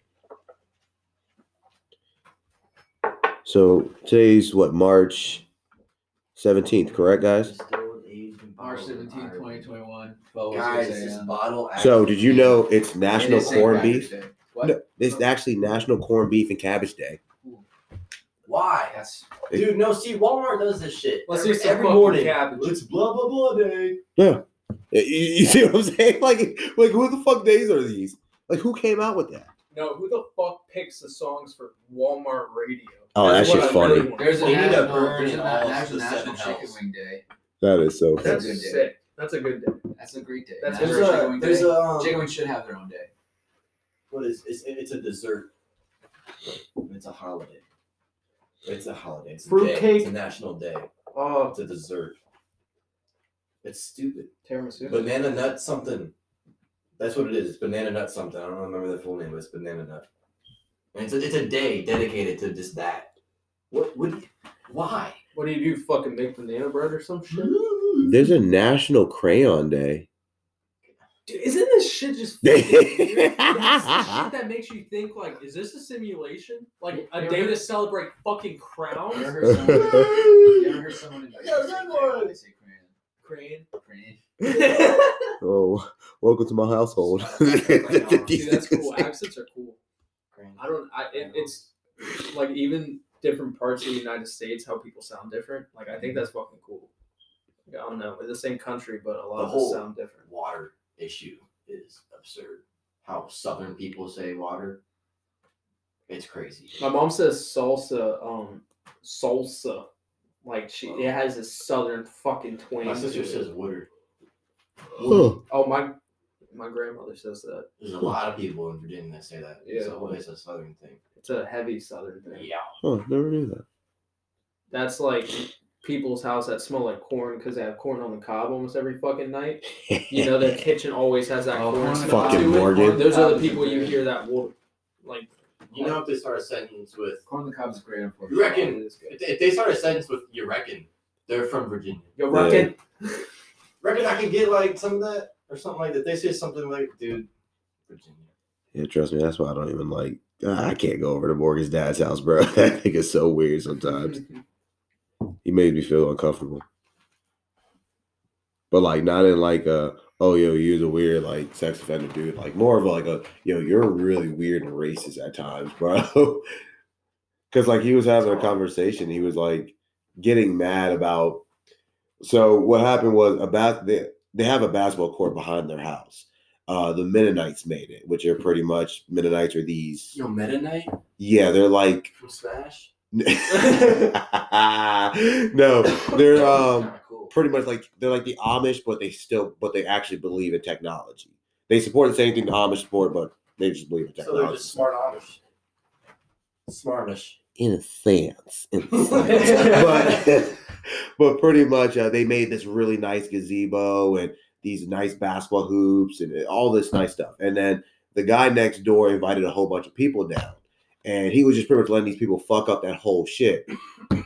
Speaker 2: so today's what March seventeenth, correct, guys?
Speaker 1: Distilled, aged, and
Speaker 4: March
Speaker 1: bottled in
Speaker 4: 17,
Speaker 1: Ireland.
Speaker 4: 2021. 12
Speaker 1: Oh, Guys, this bottle.
Speaker 2: So
Speaker 1: actually-
Speaker 2: did you know it's
Speaker 4: It
Speaker 2: National
Speaker 4: is St.
Speaker 2: Corned
Speaker 4: Patrick's
Speaker 2: Beef?
Speaker 4: Day. What?
Speaker 2: No, it's actually National Corned Beef and Cabbage Day.
Speaker 1: why?
Speaker 4: That's
Speaker 1: Dude, no. See, Walmart does this shit.
Speaker 3: Let's
Speaker 1: every,
Speaker 3: do some
Speaker 1: every
Speaker 3: fucking
Speaker 1: morning.
Speaker 3: cabbage.
Speaker 1: It's blah blah blah day.
Speaker 2: You, you see what I'm saying? Like, like who the fuck days are these? Like, who came out with that?
Speaker 3: No, who the fuck picks the songs for Walmart radio?
Speaker 2: Oh,
Speaker 3: That's
Speaker 2: that
Speaker 3: what
Speaker 2: shit's
Speaker 3: I really
Speaker 2: funny.
Speaker 3: want.
Speaker 4: there's a
Speaker 1: They need to
Speaker 4: national,
Speaker 1: burn
Speaker 4: there's a
Speaker 1: it
Speaker 4: na-
Speaker 1: all
Speaker 4: there's a
Speaker 1: to the
Speaker 4: national
Speaker 1: seven
Speaker 4: chicken
Speaker 1: hells.
Speaker 4: wing day.
Speaker 2: That is so. Funny.
Speaker 3: That's
Speaker 4: a good day.
Speaker 3: sick. That's a good day.
Speaker 4: That's a great day.
Speaker 3: That's
Speaker 1: There's
Speaker 4: National chicken
Speaker 1: a
Speaker 4: wing
Speaker 1: there's
Speaker 4: day.
Speaker 1: a um,
Speaker 4: chicken wing should have their own day.
Speaker 1: what is it's, it's a dessert. It's a holiday. It's a holiday. It's a day. It's
Speaker 3: Fruitcake.
Speaker 1: a national day.
Speaker 3: Oh,
Speaker 1: It's a dessert. It's stupid.
Speaker 3: tiramisu.
Speaker 1: Banana nut something. That's what it is. It's banana nut something. I don't remember the full name, but it's banana nut. And it's a, it's a day dedicated to just that. What would why?
Speaker 3: What do you do? Fucking make banana bread or some shit?
Speaker 1: Dude,
Speaker 2: There's a National Crayon Day.
Speaker 3: Dude, isn't this shit just fucking weird? That's the shit that makes you think like, is this a simulation? Like a day to celebrate fucking
Speaker 4: You
Speaker 1: um,
Speaker 4: ever
Speaker 3: crowns?
Speaker 4: heard someone- you ever heard someone in
Speaker 1: Yeah, good one.
Speaker 4: They say crayon.
Speaker 3: Crane.
Speaker 4: Crayon.
Speaker 2: oh, welcome to my household.
Speaker 3: Dude, that's cool. Accents are cool. I don't. I it, it's like even different parts of the United States, how people sound different. Like I think that's fucking cool. Like, I don't know. We're the same country, but a lot
Speaker 1: The
Speaker 3: of
Speaker 1: whole-
Speaker 3: us sound different.
Speaker 1: water issue is absurd. How southern people say water. It's crazy.
Speaker 3: My mom says salsa, um, salsa. Like she, it has a southern fucking twang.
Speaker 1: My
Speaker 3: to
Speaker 1: sister
Speaker 3: it.
Speaker 1: says water.
Speaker 2: Oh,
Speaker 3: Oh my, my grandmother says that
Speaker 1: There's a lot of people in Virginia that say that. It's
Speaker 3: Yeah.
Speaker 1: always a southern thing.
Speaker 3: it's a heavy southern thing.
Speaker 1: Yeah.
Speaker 2: oh, never knew that.
Speaker 3: That's like people's house that smell like corn because they have corn on the cob almost every fucking night. You know, their kitchen always has that
Speaker 4: Oh,
Speaker 3: corn
Speaker 4: corn on the
Speaker 3: smell
Speaker 2: Fucking
Speaker 3: to it.
Speaker 2: Morgan.
Speaker 3: Those are the
Speaker 4: Cob is a
Speaker 3: people you
Speaker 4: great-
Speaker 3: hear that will like.
Speaker 1: You know if they start a sentence with
Speaker 4: Corn on the cob is great.
Speaker 1: You reckon-
Speaker 3: It is good.
Speaker 1: If they, if they start a sentence with "you reckon," they're from Virginia.
Speaker 3: Yo,
Speaker 2: Yeah.
Speaker 3: Ruckin.
Speaker 1: Reckon I can get like some of that or something like that. They say something like, "Dude, Virginia."
Speaker 2: Yeah, trust me, that's why I don't even like. I can't go over to Morgan's dad's house, bro. That nigga's so weird sometimes. he made me feel uncomfortable. But like not in like a oh yo you're the weird like sex offender dude like more of like a yo you're really weird and racist at times bro because like he was having a conversation he was like getting mad about so what happened was a bas- they, they have a basketball court behind their house uh the Mennonites made it which are pretty much Mennonites are these
Speaker 1: Yo, Meta Knight
Speaker 2: yeah they're like
Speaker 1: from Smash.
Speaker 2: no they're um
Speaker 1: Kinda cool.
Speaker 2: pretty much like they're like the Amish, but they still but they actually believe in technology. They support the same thing the Amish support, but they just believe in
Speaker 1: So they're
Speaker 2: technology.
Speaker 1: just smart Amish. Smartish.
Speaker 2: in a sense, in a sense. but but pretty much uh, they made this really nice gazebo and these nice basketball hoops and uh, all this nice stuff. And then the guy next door invited a whole bunch of people down, and he was just pretty much letting these people fuck up that whole shit.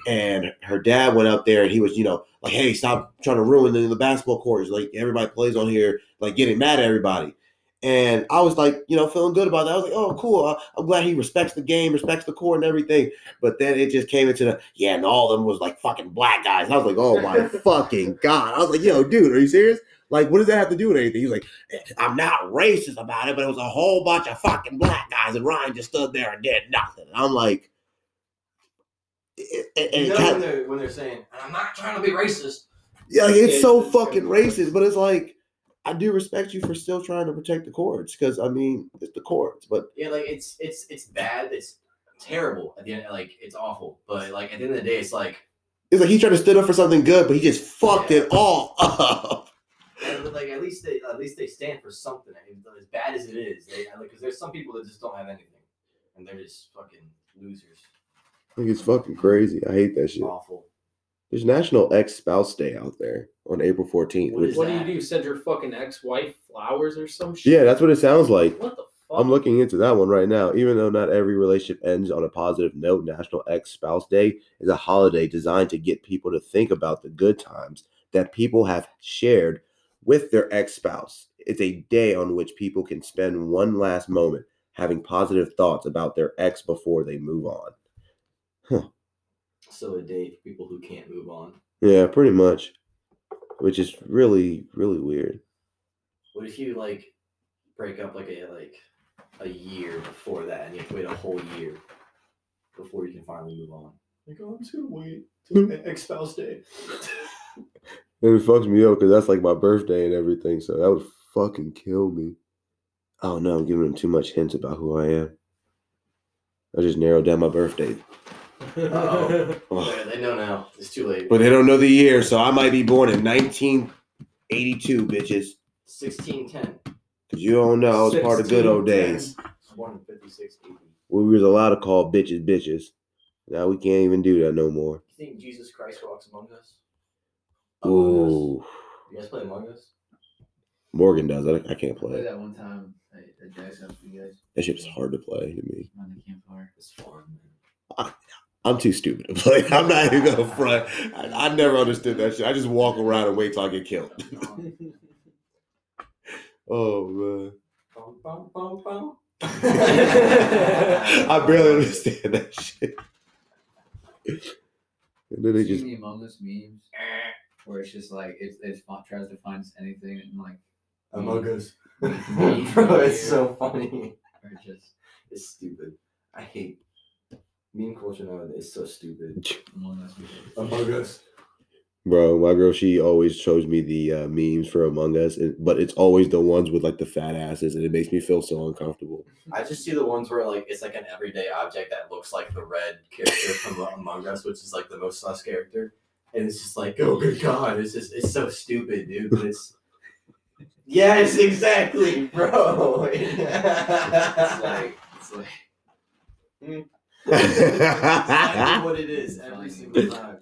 Speaker 2: And her dad went up there and he was, you know, like, hey, stop trying to ruin the, the basketball courts. Like everybody plays on here, like getting mad at everybody. And I was like, you know, feeling good about that. I was like, oh, cool. I- I'm glad he respects the game, respects the core and everything. But then it just came into the, yeah, and all of them was like fucking black guys. And I was like, oh my fucking God. I was like, yo, dude, are you serious? Like, what does that have to do with anything? He was like, "Eh, I'm not racist about it, but it was a whole bunch of fucking black guys. And Ryan just stood there and did nothing. And I'm like, "Eh, it- it-
Speaker 1: You
Speaker 2: it
Speaker 1: know
Speaker 2: kinda-
Speaker 1: when they're when they're saying, and I'm not trying to be racist.
Speaker 2: yeah, like, it's
Speaker 1: Yeah,
Speaker 2: so
Speaker 1: it's-
Speaker 2: fucking racist, but it's like I do respect you for still trying to protect the chords because I mean it's the chords, but
Speaker 1: Yeah, like it's it's it's bad. It's terrible at the end. Like it's awful. But like at the end of the day, it's like
Speaker 2: it's like he tried to stand up for something good, but he just fucked it all up.
Speaker 1: And, but, like at least they at least they stand for something. I mean, as bad as it is, they because there's some people that just don't have anything, and they're just fucking losers.
Speaker 2: I think it's fucking crazy. I hate that shit.
Speaker 1: Awful.
Speaker 2: There's National Ex Spouse Day out there on April 14th.
Speaker 1: What
Speaker 2: Which,
Speaker 1: is
Speaker 3: What do
Speaker 1: that?
Speaker 3: you do? Send your fucking ex-wife flowers or some shit?
Speaker 2: yeah, that's what it sounds like.
Speaker 3: What the fuck?
Speaker 2: I'm looking into that one right now. Even though not every relationship ends on a positive note, National Ex Spouse Day is a holiday designed to get people to think about the good times that people have shared with their ex spouse. It's a day on which people can spend one last moment having positive thoughts about their ex before they move on.
Speaker 1: So a date for people who can't move on.
Speaker 2: Yeah, pretty much. Which is really, really weird.
Speaker 1: What if you like break up like a like a year before that, and you have to wait a whole year before you can finally move on? Like, oh, I'm just gonna wait till ex spouse day.
Speaker 2: And it fucks me up because that's like my birthday and everything, so that would fucking kill me. I don't know, I'm giving them too much hints about who I am. I just narrowed down my birthday.
Speaker 1: Oh.
Speaker 2: Ugh.
Speaker 1: they know now. It's too late.
Speaker 2: But they don't know the year, so I might be born in 1982, bitches.
Speaker 1: Sixteen ten.
Speaker 2: Because you don't know, I was part of good old
Speaker 3: 16,
Speaker 2: days.
Speaker 1: One and fifty six eighty.
Speaker 2: We was allowed to call bitches bitches. Now we can't even do that no more.
Speaker 1: You think Jesus Christ walks among us? Among us?
Speaker 2: Ooh.
Speaker 1: You guys play Among Us?
Speaker 2: Morgan does. I, I can't
Speaker 4: I played
Speaker 2: play it.
Speaker 4: that one time at, at Jack's house with you guys
Speaker 2: That shit was hard to play to me.
Speaker 4: on the campfire.
Speaker 1: It's fun.
Speaker 2: I'm too stupid to play. I'm not even gonna front. I, I never understood that shit. I just walk around and wait till I get killed. Oh man,
Speaker 1: Bum, bum, bum, bum.
Speaker 2: I barely understand that shit. And then they
Speaker 4: They
Speaker 2: just
Speaker 4: the Among Us memes where it's just like it, it fi- tries to find anything and like
Speaker 1: Among Us.
Speaker 4: Mm.
Speaker 1: Bro, it's so funny.
Speaker 4: or just
Speaker 1: It's stupid. I hate meme culture nowadays. It's so stupid.
Speaker 4: Among Us. memes.
Speaker 1: Among Us.
Speaker 2: bro, my girl, she always shows me the uh, memes for Among Us, and, but it's always the ones with like the fat asses, and it makes me feel so uncomfortable.
Speaker 1: I just see the ones where like it's like an everyday object that looks like the red character from Among Us, which is like the most sus character, and it's just like, oh good god, it's just it's so stupid, dude. But it's yes, exactly, bro.
Speaker 4: It's
Speaker 1: it's
Speaker 4: like it's like
Speaker 1: like
Speaker 2: oh,
Speaker 1: what it is every single time.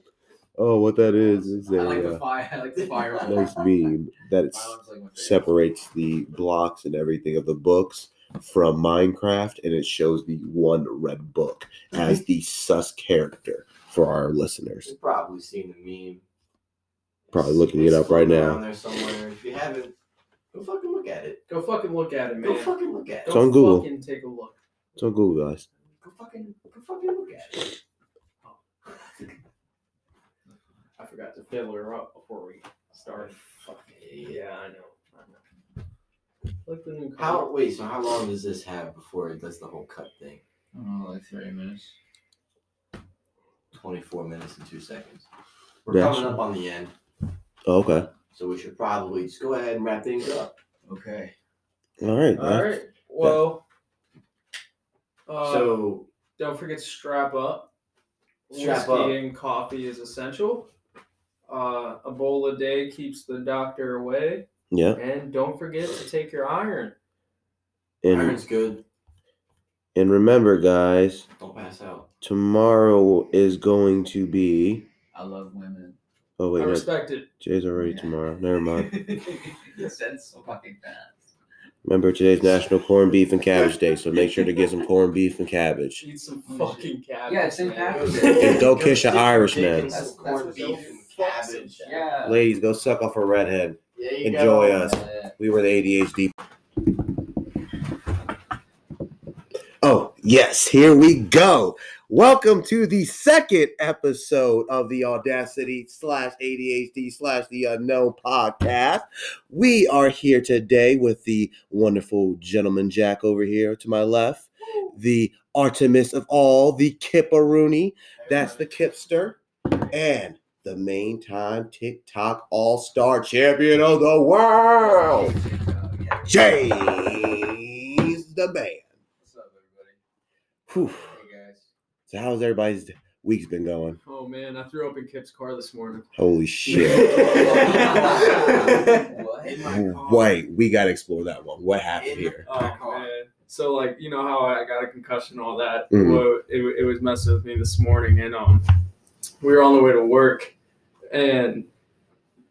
Speaker 2: what that is is
Speaker 4: I like
Speaker 2: a
Speaker 4: the fire. I like the
Speaker 2: uh,
Speaker 4: fireworks.
Speaker 2: nice meme that it's
Speaker 4: Fireworks like my favorite.
Speaker 2: separates the blocks and everything of the books from Minecraft, and it shows the one red book as the sus character for our listeners.
Speaker 1: You've probably seen the meme.
Speaker 2: Probably looking it up right
Speaker 1: floating
Speaker 2: now.
Speaker 1: around There somewhere. If you haven't, go fucking look at it.
Speaker 3: Go fucking look at it, man.
Speaker 1: Go fucking look at
Speaker 3: Go
Speaker 1: it.
Speaker 2: It's on Google.
Speaker 3: fucking take a look.
Speaker 2: It's on Google, guys.
Speaker 1: Go fucking go fucking look at it.
Speaker 3: I forgot to fiddle her up before we start.
Speaker 1: Fucking
Speaker 3: Yeah, I know. I know. Like the new
Speaker 1: How wait? So how long does this have before it does the whole cut thing?
Speaker 4: I don't know, Oh, like thirty minutes.
Speaker 1: Twenty four minutes and two seconds. We're
Speaker 2: Yeah.
Speaker 1: coming up on the end,
Speaker 2: Oh, okay.
Speaker 1: so we should probably just go ahead and wrap things up.
Speaker 4: Okay.
Speaker 2: All right.
Speaker 3: All
Speaker 2: man.
Speaker 3: right. Well, uh,
Speaker 1: so
Speaker 3: don't forget to strap up.
Speaker 1: Strap
Speaker 3: Whiskey
Speaker 1: up.
Speaker 3: and coffee is essential. Uh, a bowl a day keeps the doctor away.
Speaker 2: Yeah.
Speaker 3: And don't forget to take your iron.
Speaker 2: And
Speaker 1: iron's good.
Speaker 2: and remember, guys,
Speaker 1: Don't pass out.
Speaker 2: tomorrow is going to be.
Speaker 4: I love women.
Speaker 2: Oh
Speaker 3: I
Speaker 2: wait, no,
Speaker 3: respect it.
Speaker 2: Jay's already tomorrow. Never mind.
Speaker 4: it says so fucking fast.
Speaker 2: Remember, today's National Corned Beef and Cabbage Day, so make sure to get some corned beef and cabbage.
Speaker 3: Eat some fucking cabbage.
Speaker 4: Yeah, it's in
Speaker 3: man.
Speaker 4: Africa.
Speaker 2: And go kiss a
Speaker 1: dip your
Speaker 2: Irish
Speaker 1: dick
Speaker 2: man.
Speaker 1: in some
Speaker 4: That's- that's
Speaker 1: corned
Speaker 4: what's
Speaker 1: beef
Speaker 4: up.
Speaker 1: and cabbage.
Speaker 4: Yeah.
Speaker 2: Ladies, go suck off a redhead.
Speaker 1: There you
Speaker 2: Enjoy
Speaker 1: go.
Speaker 2: us.
Speaker 4: Yeah.
Speaker 2: We were the ADHD Oh, yes, here we go. Welcome to the second episode of the Audacity slash ADHD slash the Unknown podcast. We are here today with the wonderful gentleman Jack over here to my left, the Artemis of all, the Kipperoonie. That's the Kipster. And the main time TikTok All Star Champion of the World, James the Man.
Speaker 4: What's up, everybody?
Speaker 2: Whew.
Speaker 4: Hey guys.
Speaker 2: So how's everybody's week's been going?
Speaker 3: Oh man, I threw up in Kip's car this morning.
Speaker 2: Holy shit.
Speaker 4: what?
Speaker 1: In my car.
Speaker 2: Wait, we gotta explore that one. What happened
Speaker 1: In-
Speaker 2: here?
Speaker 1: Oh, God.
Speaker 3: Man. So like you know how I got a concussion, and all that.
Speaker 2: Mhm.
Speaker 3: Well, it, it was messing with me this morning, and um, we were on the way to work, and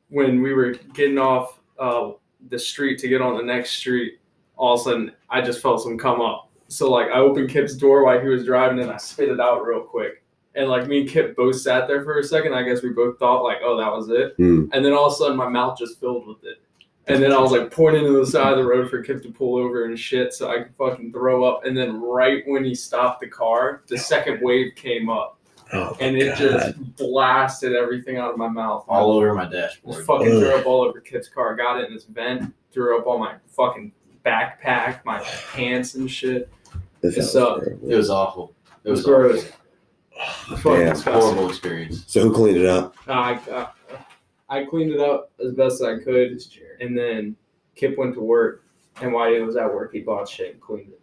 Speaker 3: when we were getting off uh, the street to get on the next street, all of a sudden I just felt some come up. So like I opened Kip's door while he was driving, and I spit it out real quick. And like me and Kip both sat there for a second. I guess we both thought like, oh, that was it.
Speaker 2: Hmm.
Speaker 3: And then all of a sudden, my mouth just filled with it. And then I was like pointing to the side of the road for Kip to pull over and shit so I could fucking throw up. And then right when he stopped the car, the second wave came up
Speaker 2: Oh,
Speaker 3: and it
Speaker 2: God.
Speaker 3: just blasted everything out of my mouth.
Speaker 1: All over my
Speaker 3: I just
Speaker 1: dashboard.
Speaker 3: fucking
Speaker 2: Ugh.
Speaker 3: threw up all over Kip's car. Got it in his vent, threw up all my fucking backpack, my pants and shit.
Speaker 2: This
Speaker 3: It's,
Speaker 2: sounds
Speaker 3: uh,
Speaker 2: terrible.
Speaker 1: It was awful. It was
Speaker 3: gross. Fucking
Speaker 2: Damn.
Speaker 1: awful.
Speaker 3: disgusting.
Speaker 1: Horrible experience.
Speaker 2: So who cleaned it up?
Speaker 3: I, I, I cleaned it up as best I could.
Speaker 4: This chair.
Speaker 3: And then Kip went to work, and while he was at work, he bought shit and cleaned it.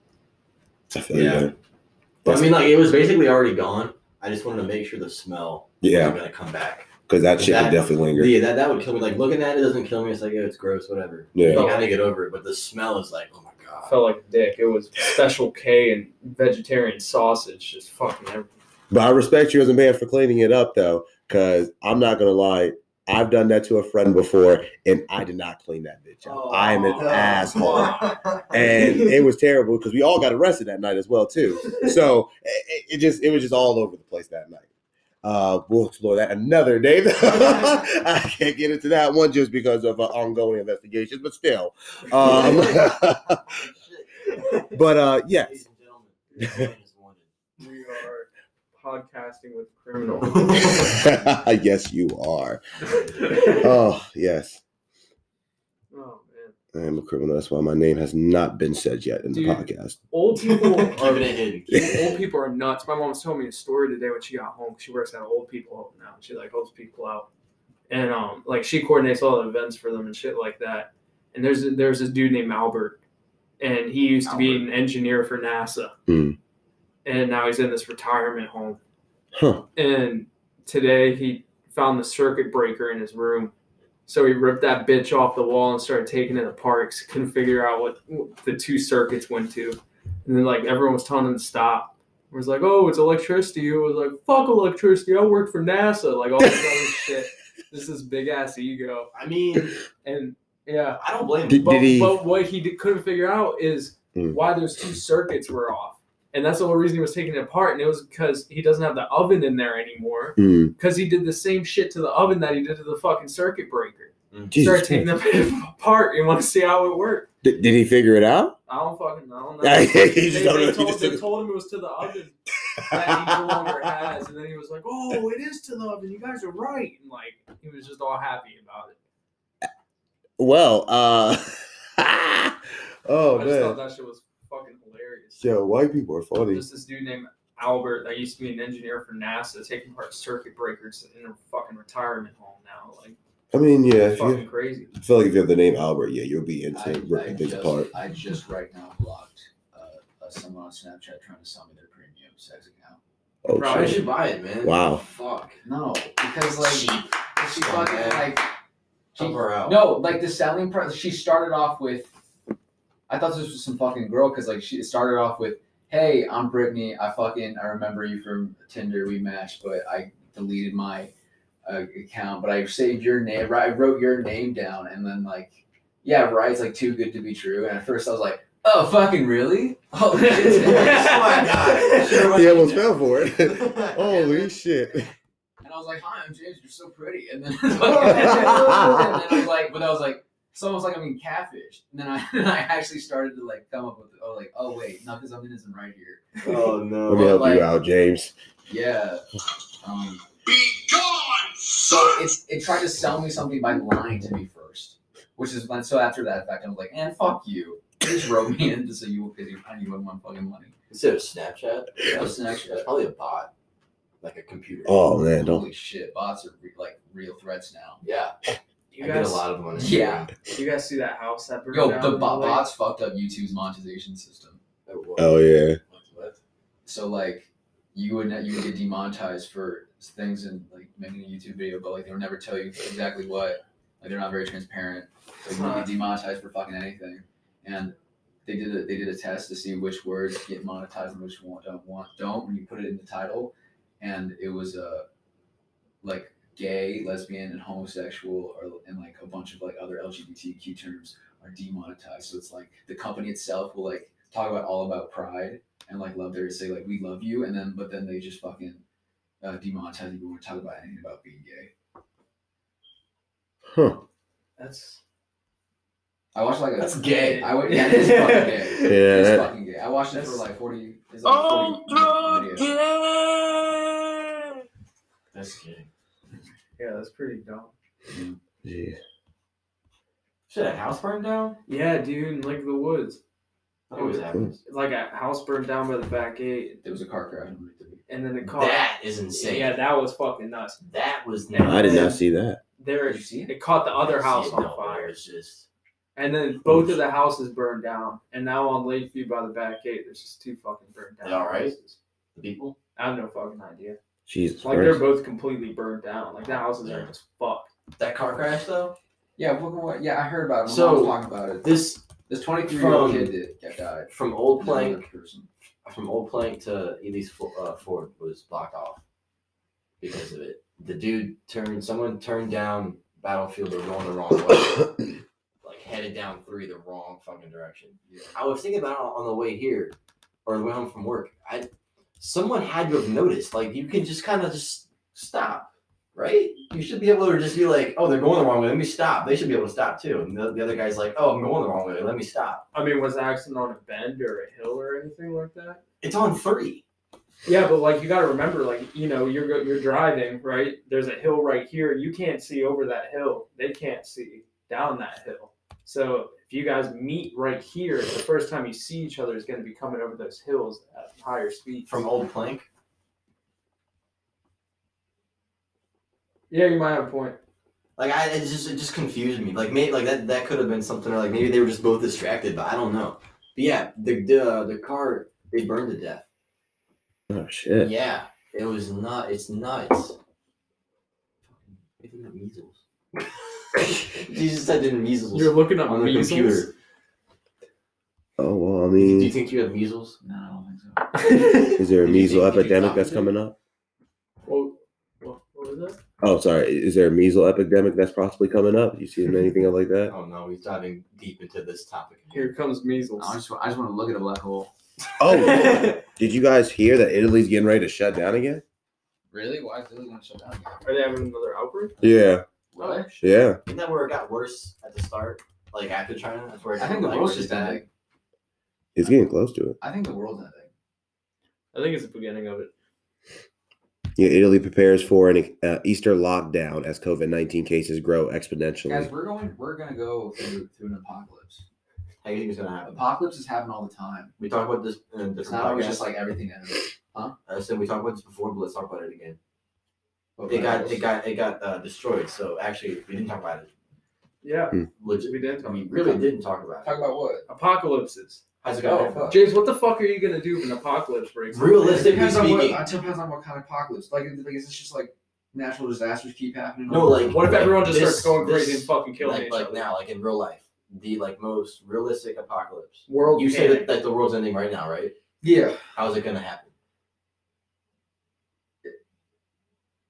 Speaker 2: I feel you,
Speaker 1: Yeah.
Speaker 2: man.
Speaker 1: But I mean, like, it was basically already gone. I just wanted to make sure the smell
Speaker 2: Yeah,
Speaker 1: was going to come back.
Speaker 2: because that shit
Speaker 1: That-
Speaker 2: could definitely linger.
Speaker 1: Yeah, that, that would kill me. Like, looking at it doesn't kill me. It's like, oh, it's gross, whatever.
Speaker 2: Yeah.
Speaker 1: You kind of get over it. But the smell is like, oh my
Speaker 3: I
Speaker 1: God.
Speaker 3: felt like a dick. It was Special K and vegetarian sausage, just fucking everything.
Speaker 2: But I respect you as a man for cleaning it up though, because I'm not gonna lie, I've done that to a friend before, and I did not clean that bitch up. I am an
Speaker 3: Oh, no.
Speaker 2: asshole, and it was terrible because we all got arrested that night as well too. So it, it just it was just all over the place that night. Uh, we'll explore that another day. I can't get into that one just because of uh, ongoing investigations, but still. Um, but uh, yeah,
Speaker 1: Ladies and gentlemen, your man is wanted.
Speaker 3: We are podcasting with criminals.
Speaker 2: yes, you are. Oh yes.
Speaker 3: Oh man,
Speaker 2: I am a criminal. That's why my name has not been said yet in the
Speaker 3: Dude.
Speaker 2: podcast.
Speaker 3: old people are.
Speaker 1: Keeping it hidden.
Speaker 3: Old people are nuts. My mom was telling me a story today when she got home. She works at an old people home now. She like holds people out, and um, like she coordinates all the events for them and shit like that. And there's there's this dude named Albert, and he used to be an engineer for NASA,
Speaker 2: Hmm.
Speaker 3: and now he's in this retirement home.
Speaker 2: Huh.
Speaker 3: And today he found the circuit breaker in his room. So he ripped that bitch off the wall and started taking it apart. 'cause he Couldn't figure out what, what the two circuits went to. And then like everyone was telling him to stop. It was like, oh, it's electricity. It was like, fuck electricity. I work for NASA. Like all this other shit. This is big ass ego.
Speaker 1: I mean,
Speaker 3: And yeah.
Speaker 1: I don't blame
Speaker 2: Did-
Speaker 1: him.
Speaker 3: But,
Speaker 2: he-
Speaker 3: but what he did, couldn't figure out is
Speaker 2: Mm.
Speaker 3: why those two circuits were off. And that's the whole reason he was taking it apart. And it was because he doesn't have the oven in there anymore
Speaker 2: Mm.
Speaker 3: because he did the same shit to the oven that he did to the fucking circuit breaker.
Speaker 2: Jesus
Speaker 3: Started taking the bit apart and want to see how it worked.
Speaker 2: Christ. Did, did he figure it out?
Speaker 3: I don't fucking I don't know.
Speaker 2: Yeah,
Speaker 3: they,
Speaker 2: you just
Speaker 3: they
Speaker 2: don't know. You
Speaker 3: told,
Speaker 2: just
Speaker 3: they
Speaker 2: took it.
Speaker 3: told him it was to the oven that he no longer has, and then he was like, "Oh, it is to the oven. You guys are right." And like he was just all happy about it.
Speaker 2: Well, uh, oh
Speaker 3: I just thought
Speaker 2: man,
Speaker 3: that shit was fucking hilarious.
Speaker 2: yo, white people are funny.
Speaker 3: Just this dude named Albert that used to be an engineer for NASA taking apart circuit breakers in a fucking retirement home now. Like
Speaker 2: I mean, yeah, if
Speaker 3: fucking
Speaker 2: you,
Speaker 3: crazy.
Speaker 2: I feel like if you have the name Albert, yeah, you'll be
Speaker 4: I,
Speaker 2: into
Speaker 4: I
Speaker 2: ripping things
Speaker 4: just,
Speaker 2: apart.
Speaker 4: I just right now blocked uh, uh, someone on Snapchat trying to sell me their premium sex account.
Speaker 2: Oh
Speaker 1: I
Speaker 3: Probably
Speaker 2: shit!
Speaker 1: should buy it, man.
Speaker 2: Wow.
Speaker 1: Fuck.
Speaker 4: No, because like she
Speaker 1: Cheap.
Speaker 4: fucking like she,
Speaker 1: Help her out.
Speaker 4: no, like the selling price. She started off with. I thought this was some fucking girl because like she started off with, "Hey, I'm Brittany. I fucking I remember you from Tinder. We matched, but I deleted my uh, account, but I saved your name. Right, I wrote your name down, and then like, yeah, right. It's like too good to be true. And at first I was like, "Oh, fucking really? Oh shit!"
Speaker 1: God.
Speaker 2: He almost fell for it. Holy shit!
Speaker 4: And I was like, "Hi, I'm James. You're so pretty." And then, and then I was like, "But I was like, It's almost like I'm being catfished. And then I, and I actually started to like come up with, oh, like, oh wait, no, because something isn't right here.
Speaker 1: Oh
Speaker 2: Let me
Speaker 1: no.
Speaker 2: help
Speaker 4: like-
Speaker 2: you out, James.
Speaker 4: Yeah. Um,
Speaker 5: Be gone,
Speaker 4: So
Speaker 5: son!
Speaker 4: it's it tried to sell me something by lying to me first, which is when. So after that fact, I was like, "And fuck you, You just wrote me in just so you will pay I you my fucking money."
Speaker 1: Instead of Snapchat, that was
Speaker 4: Snapchat.
Speaker 1: Snapchat. It's probably a bot, like a computer.
Speaker 2: Oh man, don't.
Speaker 4: Holy shit, bots are re- like real threats now.
Speaker 1: Yeah,
Speaker 3: You
Speaker 1: I
Speaker 3: guys,
Speaker 1: get a lot of them. on
Speaker 4: Yeah.
Speaker 1: Instagram.
Speaker 3: you guys see that house that burned
Speaker 4: Yo,
Speaker 3: down?
Speaker 4: the bo-
Speaker 3: LA?
Speaker 4: bots fucked up YouTube's monetization system.
Speaker 1: Oh, whoa.
Speaker 2: Oh yeah.
Speaker 1: What?
Speaker 4: So like, you would ne- you would get demonetized for things and like making a YouTube video, but like they would never tell you exactly what. Like they're not very transparent. So you
Speaker 3: Huh.
Speaker 4: get demonetized for fucking anything, and they did a, they did a test to see which words get monetized and which one don't want don't when you put it in the title, and it was uh, like gay, lesbian, and homosexual, or and like a bunch of like other LGBTQ terms are demonetized. So it's like the company itself will like talk about all about pride and like love there to say like we love you, and then but then they just fucking uh, demonetize you when we talk about anything about being gay.
Speaker 2: Huh.
Speaker 3: That's
Speaker 4: I watched like a,
Speaker 1: That's gay.
Speaker 4: I went yeah, it's fucking gay.
Speaker 2: Yeah.
Speaker 4: It's
Speaker 2: that-
Speaker 4: fucking gay. I watched it for
Speaker 3: That's-
Speaker 4: like forty. It's like
Speaker 5: Oh,
Speaker 4: 40
Speaker 5: no,
Speaker 4: videos.
Speaker 5: yeah!
Speaker 1: That's kidding.
Speaker 3: yeah, that's pretty dumb.
Speaker 2: Yeah.
Speaker 1: Should a house burn down?
Speaker 3: Yeah, dude, in like the woods.
Speaker 1: That always happens.
Speaker 3: Like a house burned down by the back gate,
Speaker 4: There was a car crash. on Route three.
Speaker 3: and then the car.
Speaker 1: That is insane.
Speaker 3: yeah, that was fucking nuts.
Speaker 1: That was
Speaker 2: No, I did not
Speaker 1: nuts.
Speaker 2: see that.
Speaker 3: There,
Speaker 4: Did you see it?
Speaker 3: it caught the other house
Speaker 1: No,
Speaker 3: on
Speaker 1: it
Speaker 3: fire,
Speaker 1: was just
Speaker 3: and then both of the houses burned down. And now on Lakeview by the back gate, there's just two fucking burned down.
Speaker 1: They all right?
Speaker 3: houses.
Speaker 1: the people.
Speaker 3: I have no fucking idea.
Speaker 2: Jesus
Speaker 3: Like they're
Speaker 2: Christ.
Speaker 3: both completely burned down. Like the houses are just fucked.
Speaker 1: That car crash though.
Speaker 4: Yeah, what, what, yeah, I heard about it. My
Speaker 1: So-
Speaker 4: mom was talking about it.
Speaker 1: This
Speaker 4: This twenty-three-year-old
Speaker 1: From-
Speaker 4: kid did got died.
Speaker 1: from old
Speaker 4: Another
Speaker 1: plank
Speaker 4: person.
Speaker 1: from old plank to Ely's Fo- uh, Ford was blocked off because of it. The dude turned someone turned down Battlefield. They're going the wrong way, like headed down three the wrong fucking direction.
Speaker 4: Yeah.
Speaker 1: I was thinking about it on the way here or the way home from work. I someone had to have noticed. Like you can just kind of just stop, right? You should be able to just be like, oh, they're going the wrong way. Let me stop. They should be able to stop too. And the, the other guy's like, oh, I'm going the wrong way. Let me stop.
Speaker 3: I mean, was the accident on a bend or a hill or anything like that?
Speaker 1: It's on three.
Speaker 3: Yeah, but like you got to remember, like you know, you're go- you're driving right. There's a hill right here. You can't see over that hill. They can't see down that hill. So if you guys meet right here, the first time you see each other is going to be coming over those hills at higher speeds.
Speaker 1: From old plank.
Speaker 3: yeah, you might have a point.
Speaker 1: Like I, it just it just confused me. Like maybe like that that could have been something, or like maybe they were just both distracted, but I don't know. But yeah, the the uh, the car they burned to death.
Speaker 2: Oh shit.
Speaker 1: Yeah, it was not. It's nuts. Even got measles. Jesus, I did measels
Speaker 3: You're looking up
Speaker 1: on the
Speaker 3: measles.
Speaker 1: computer.
Speaker 2: Oh well, I
Speaker 1: Do you
Speaker 2: mean,
Speaker 1: think you have measles?
Speaker 4: No, I don't think so.
Speaker 2: is there a
Speaker 1: Did you think-
Speaker 2: measles
Speaker 1: did you
Speaker 2: epidemic
Speaker 1: talk
Speaker 2: that's
Speaker 1: to them?
Speaker 2: coming up?
Speaker 3: Well, what, what was that?
Speaker 2: Oh, sorry. Is there a measles epidemic that's possibly coming up? You seen anything like that?
Speaker 1: Oh no, he's diving deep into this topic.
Speaker 3: Here comes measles.
Speaker 4: I just, I just want to look at a black hole.
Speaker 2: Oh, did you guys hear that Italy's getting ready to shut down again?
Speaker 4: Really? Why is Lily going to shut down?
Speaker 3: Are they having another outbreak?
Speaker 2: Yeah,
Speaker 1: Really?
Speaker 2: yeah.
Speaker 1: Isn't that where it got worse at the start? Like after China, that's where it
Speaker 4: I
Speaker 1: got,
Speaker 4: think the
Speaker 1: like,
Speaker 4: world's
Speaker 1: really
Speaker 4: just
Speaker 1: bad.
Speaker 4: ending.
Speaker 2: It's getting close to it.
Speaker 4: I think the world's ending.
Speaker 3: I think it's the beginning of it.
Speaker 2: Yeah, Italy prepares for an uh, Easter lockdown as COVID nineteen cases grow
Speaker 4: Guys,
Speaker 2: exponentially.
Speaker 4: we're going. We're gonna go through, through an apocalypse.
Speaker 1: How do you think it's gonna happen?
Speaker 4: Apocalypse is happening all the time.
Speaker 1: We talked about this in a different
Speaker 4: It's not always
Speaker 1: podcast.
Speaker 4: just like everything ends.
Speaker 1: I said we talked about this before, but let's talk about it again.
Speaker 4: But
Speaker 1: It got
Speaker 4: virus-
Speaker 1: it got it got uh, destroyed. So actually, we didn't talk about it.
Speaker 3: Yeah,
Speaker 1: Legit,
Speaker 3: we did.
Speaker 1: I
Speaker 3: Talk.
Speaker 1: mean, really didn't talk about it.
Speaker 4: Talk about what?
Speaker 3: Apocalypses.
Speaker 1: How's it
Speaker 4: Oh,
Speaker 1: going?
Speaker 4: fuck.
Speaker 3: James, what the fuck are you gonna do if an apocalypse breaks? out?
Speaker 4: It
Speaker 1: Realistically
Speaker 4: depends on what.
Speaker 1: speaking,
Speaker 4: It depends on what kind of apocalypse. Like, like is this just like natural disasters keep happening?
Speaker 1: No, like-
Speaker 3: What if everyone just
Speaker 1: This-
Speaker 3: starts going crazy
Speaker 1: this-
Speaker 3: and fucking killing
Speaker 1: like
Speaker 3: each
Speaker 1: like
Speaker 3: other?
Speaker 1: now, like in real life, the like most realistic apocalypse.
Speaker 3: World
Speaker 1: You say
Speaker 3: panic.
Speaker 1: that, that the world's ending right now, right?
Speaker 4: yeah.
Speaker 1: How's it gonna happen?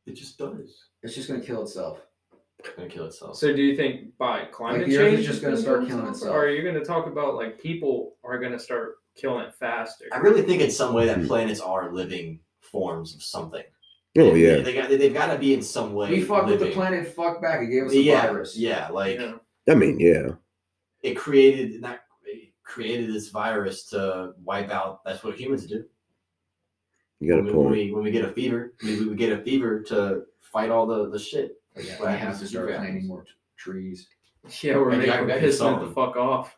Speaker 1: It just does.
Speaker 4: It's just gonna kill itself.
Speaker 1: It's gonna kill itself.
Speaker 3: So do you think by climate
Speaker 4: Like, the Earth
Speaker 3: change
Speaker 4: is just gonna
Speaker 3: it's
Speaker 4: start
Speaker 3: kill
Speaker 4: killing itself?
Speaker 3: Or are you gonna talk about like people are gonna start killing it faster?
Speaker 1: I really think in some way that planets are living forms of something.
Speaker 2: Oh yeah,
Speaker 1: They got they've got to be in some way.
Speaker 4: we fucked with the
Speaker 1: living.
Speaker 4: planet. Fuck back. It gave us a
Speaker 1: yeah,
Speaker 4: virus.
Speaker 1: yeah, like
Speaker 3: You know?
Speaker 2: I mean, yeah.
Speaker 1: It created not it created this virus to wipe out. That's what humans do.
Speaker 2: You
Speaker 1: when,
Speaker 2: got a
Speaker 1: we, when
Speaker 2: point.
Speaker 1: we when we get a fever, we, we get a fever to fight all the the shit.
Speaker 4: Yeah,
Speaker 1: What
Speaker 4: I
Speaker 1: happens
Speaker 4: have to
Speaker 1: to
Speaker 4: start
Speaker 1: your
Speaker 4: planting
Speaker 1: apples?
Speaker 4: more t- trees.
Speaker 3: Yeah, we're
Speaker 1: Like,
Speaker 3: making
Speaker 1: I- I
Speaker 3: we're
Speaker 1: can
Speaker 3: pissing
Speaker 1: solve
Speaker 3: it the
Speaker 1: them.
Speaker 3: fuck off.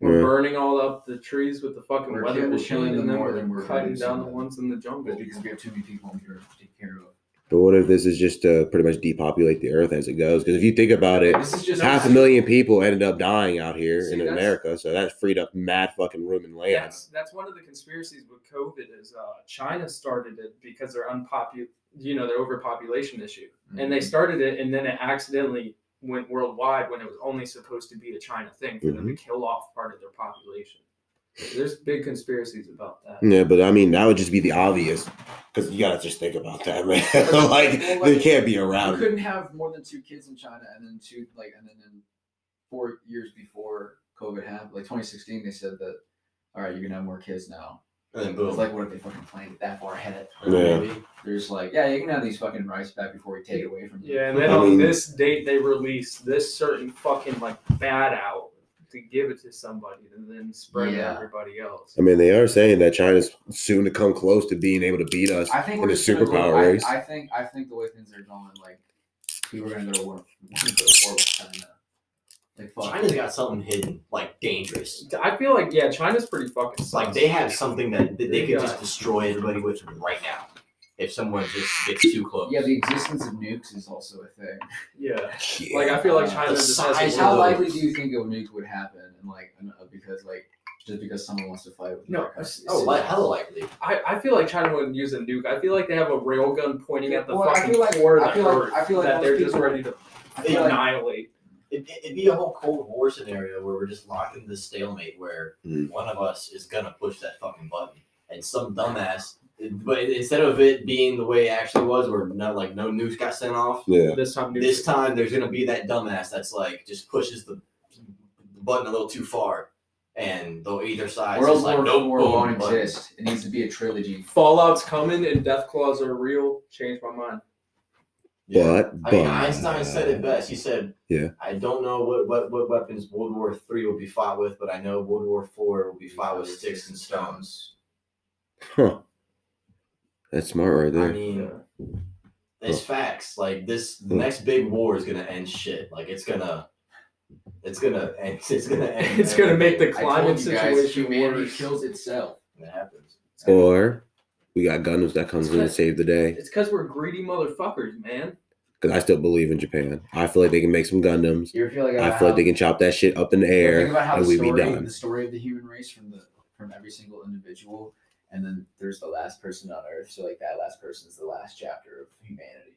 Speaker 3: We're
Speaker 2: Yeah.
Speaker 3: burning all up the trees with the fucking
Speaker 4: We're
Speaker 3: weather
Speaker 4: kill- we're
Speaker 3: machine,
Speaker 4: killing them
Speaker 3: and then
Speaker 4: more
Speaker 3: we're,
Speaker 4: than we're
Speaker 3: cutting down the
Speaker 4: reducing.
Speaker 3: ones in the
Speaker 4: But
Speaker 3: jungle.
Speaker 4: because we have too many people on the earth to take care of.
Speaker 2: But what if this is just to pretty much depopulate the earth as it goes? Because if you think about it,
Speaker 4: This is just
Speaker 2: half a million people ended up dying out here
Speaker 3: See,
Speaker 2: in
Speaker 3: that's-
Speaker 2: America, so that freed up mad fucking room and land.
Speaker 3: That's that's one of the conspiracies with COVID is uh, China started it because they're unpopular, you know, their overpopulation issue,
Speaker 4: Mm.
Speaker 3: and
Speaker 2: Mm-hmm.
Speaker 3: they started it, and then it accidentally went worldwide when it was only supposed to be a China thing for them
Speaker 2: Mm-hmm.
Speaker 3: to kill off part of their population. There's big conspiracies about that.
Speaker 2: Yeah, but I mean that would just be the obvious because you gotta just think about that, man. like
Speaker 4: Well,
Speaker 2: they
Speaker 4: like,
Speaker 2: can't be
Speaker 4: You
Speaker 2: around. it.
Speaker 4: couldn't have more than two kids in China, and then two like, and then in four years before COVID happened, like 2016, they said that, all right, you're gonna have more kids now.
Speaker 1: And then boom.
Speaker 4: It's like, what if they fucking planned it that far ahead?
Speaker 2: Yeah.
Speaker 1: Maybe.
Speaker 4: They're just like, yeah, you can have these fucking rice back before we take it away from you.
Speaker 3: Yeah, and then
Speaker 2: I
Speaker 3: on
Speaker 2: mean-
Speaker 3: this date they release this certain fucking like bat out to give it to somebody and then spread it to
Speaker 4: Yeah.
Speaker 3: everybody else.
Speaker 2: I mean they are saying that China's soon to come close to being able to beat us.
Speaker 4: I think
Speaker 2: in
Speaker 4: we're
Speaker 2: a
Speaker 4: just gonna go-
Speaker 2: superpower
Speaker 4: I-
Speaker 2: race.
Speaker 4: I, think I think the way things are going, like people are gonna go to war, we're gonna go to war with China. Like fuck.
Speaker 1: China's got something hidden, like dangerous.
Speaker 3: I feel like yeah, China's pretty fucking
Speaker 1: It's like
Speaker 3: sus.
Speaker 1: they have something that, that they
Speaker 3: They
Speaker 1: could
Speaker 3: got-
Speaker 1: just destroy everybody with right now. If someone just gets too close.
Speaker 4: Yeah, the existence of nukes is also a thing.
Speaker 3: yeah.
Speaker 2: Yeah.
Speaker 3: Like I feel like
Speaker 4: Uh,
Speaker 3: China
Speaker 1: the
Speaker 3: just has
Speaker 1: size
Speaker 3: a
Speaker 1: of
Speaker 4: How
Speaker 1: those.
Speaker 4: likely do you think a nuke would happen? And like, I don't know, because like, just because someone wants to fight with
Speaker 3: No,
Speaker 4: another country,
Speaker 1: oh, li- hella likely.
Speaker 3: I, I feel like China wouldn't use a nuke. I feel like they have a railgun pointing at the
Speaker 4: Well, I
Speaker 3: fucking
Speaker 4: feel like-
Speaker 3: core of
Speaker 4: I
Speaker 3: the
Speaker 4: feel like-
Speaker 3: earth
Speaker 4: I feel like
Speaker 3: that
Speaker 4: most
Speaker 3: they're just
Speaker 4: people-
Speaker 3: ready to
Speaker 4: I feel like-
Speaker 3: annihilate.
Speaker 1: It, it'd be a whole Cold War scenario where we're just locked in this stalemate where
Speaker 2: Mm.
Speaker 1: one of us is gonna push that fucking button, and some dumbass. But instead of it being the way it actually was, where not like no news got sent off,
Speaker 2: yeah.
Speaker 3: This time nukes.
Speaker 1: this time there's gonna be that dumbass that's like just pushes the, the button a little too far, and though either side
Speaker 4: World
Speaker 1: is like
Speaker 4: War
Speaker 1: no
Speaker 4: Four
Speaker 1: boom,
Speaker 4: won't
Speaker 1: button.
Speaker 4: exist. It needs to be a trilogy.
Speaker 3: Fallout's coming and death claws are real. Changed my mind.
Speaker 1: Yeah.
Speaker 2: But
Speaker 1: I mean,
Speaker 2: but-
Speaker 1: Einstein said it best. He said,
Speaker 2: Yeah.
Speaker 1: I don't know what, what, what weapons World War Three will be fought with, but I know World War Four will be fought with sticks and stones."
Speaker 2: Huh. That's smart right
Speaker 1: I
Speaker 2: there.
Speaker 1: mean, it's facts. Like this the
Speaker 2: Hmm.
Speaker 1: next big war is gonna end shit. Like it's gonna, it's gonna end. It's gonna end.
Speaker 3: It's gonna make the
Speaker 4: I
Speaker 3: climate
Speaker 4: told you guys,
Speaker 3: situation
Speaker 4: humanity
Speaker 3: worse.
Speaker 4: kills itself.
Speaker 1: It happens.
Speaker 2: Or we got Gundams that comes in and save the day.
Speaker 3: It's because we're greedy motherfuckers, man.
Speaker 2: Because I still believe in Japan. I feel like they can make some Gundams.
Speaker 4: You ever feel like
Speaker 2: I
Speaker 4: about
Speaker 2: feel like
Speaker 4: how-
Speaker 2: they can chop that shit up in the
Speaker 4: But
Speaker 2: air
Speaker 4: Think about how
Speaker 2: and
Speaker 4: the
Speaker 2: we be
Speaker 4: story,
Speaker 2: done.
Speaker 4: the story of the human race from the from every single individual, and then there's the last person on Earth. So like that last person is the last chapter of humanity.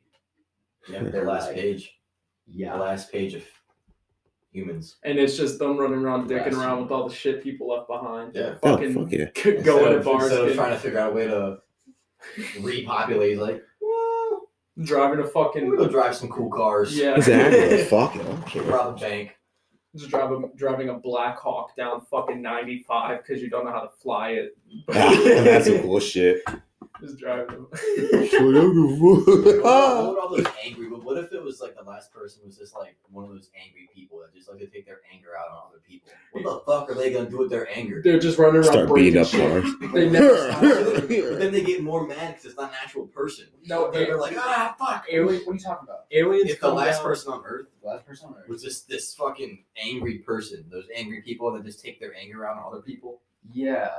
Speaker 1: Yeah, the last page. The
Speaker 4: Yeah.
Speaker 1: last page of humans.
Speaker 3: And it's just them running around, dicking
Speaker 4: Yes.
Speaker 3: around with all the shit people left behind.
Speaker 1: Yeah.
Speaker 2: Oh,
Speaker 3: Fucking
Speaker 2: fuck yeah.
Speaker 3: going
Speaker 1: Instead
Speaker 3: to
Speaker 1: of- uh,
Speaker 3: bars,
Speaker 1: instead of
Speaker 3: getting-
Speaker 1: trying to figure out a way to repopulate. Like, well,
Speaker 3: driving a
Speaker 1: we're gonna
Speaker 3: fucking
Speaker 1: drive some cool cars.
Speaker 3: yeah,
Speaker 2: Exactly. fuck it.
Speaker 1: Rob a bank.
Speaker 3: just driving driving a Black Hawk down fucking ninety five because you don't know how to fly it.
Speaker 2: That's some cool shit.
Speaker 3: just driving.
Speaker 1: What
Speaker 3: Oh.
Speaker 1: about- what
Speaker 2: Beautiful.
Speaker 1: about all those angry? But what if it was like the last person was just like one of those angry people that just like to take their anger out on other people? What the fuck are they gonna do with their anger?
Speaker 3: They're just running around
Speaker 2: Start
Speaker 3: breaking
Speaker 2: beating up
Speaker 3: shit.
Speaker 2: cars.
Speaker 3: They never stop.
Speaker 1: But then they get more mad because it's not an actual person.
Speaker 3: No,
Speaker 1: they're,
Speaker 3: it-
Speaker 1: like, ah, fuck.
Speaker 4: Hey, what, what are you talking about?
Speaker 3: aliens
Speaker 1: If the
Speaker 3: come
Speaker 1: last
Speaker 3: down.
Speaker 1: person on Earth
Speaker 4: The last person on Earth.
Speaker 1: was just this fucking angry person, those angry people that just take their anger out on other people,
Speaker 4: Yeah.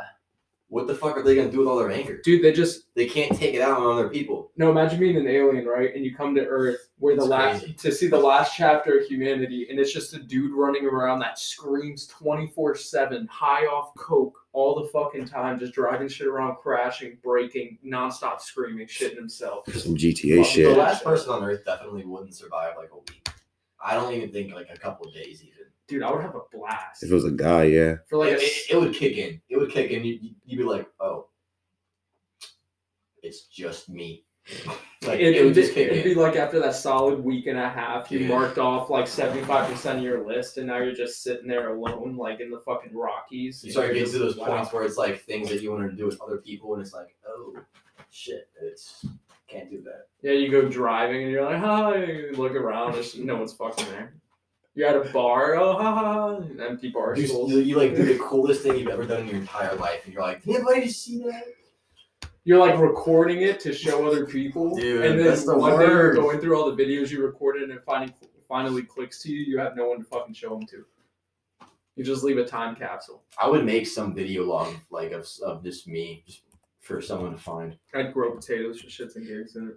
Speaker 1: what the fuck are they gonna do with all their anger?
Speaker 3: Dude, they just
Speaker 1: They can't take it out on other people.
Speaker 3: no. Imagine being an alien, right? And you come to Earth, where the
Speaker 1: It's
Speaker 3: last
Speaker 1: crazy.
Speaker 3: to see the last chapter of humanity, and it's just a dude running around that screams twenty four seven, high off coke all the fucking time, just driving shit around, crashing, breaking, nonstop screaming, shitting himself.
Speaker 2: Some GTA
Speaker 1: The
Speaker 2: shit.
Speaker 1: last person on Earth definitely wouldn't survive like a week. I don't even think like a couple of days even.
Speaker 3: Dude, I would have a blast
Speaker 2: If it was a guy, yeah.
Speaker 3: for like a
Speaker 1: it, it,
Speaker 3: s-
Speaker 1: it would kick in. It would kick in. You, you- you'd be like, oh, it's just me. Like it,
Speaker 3: It,
Speaker 1: would
Speaker 3: would
Speaker 1: just kick
Speaker 3: it'd be
Speaker 1: in.
Speaker 3: like after that solid week and a half, you
Speaker 1: Yeah.
Speaker 3: marked off like seventy five percent of your list, and now you're just sitting there alone, like in the fucking Rockies.
Speaker 1: You start getting to those
Speaker 3: Wow.
Speaker 1: points where it's like things that you want to do with other people, and it's like, oh, shit, it's can't do that.
Speaker 3: Yeah, you go driving and you're like, hi, you look around, it's, no one's fucking there. You're at a bar, oh ha ha, ha, an empty bar
Speaker 1: You,
Speaker 3: stool.
Speaker 1: you, you like do the coolest thing you've ever done in your entire life, and you're like, did anybody see that?
Speaker 3: You're like recording it to show other people,
Speaker 1: Dude,
Speaker 3: and then
Speaker 1: that's the
Speaker 3: one day you're
Speaker 1: worst.
Speaker 3: going through all the videos you recorded, and it finally finally clicks to you. You have no one to fucking show them to. You just leave a time capsule.
Speaker 1: I would make some video log like of, of just me just for someone to find.
Speaker 3: I'd grow potatoes for shits and gigs in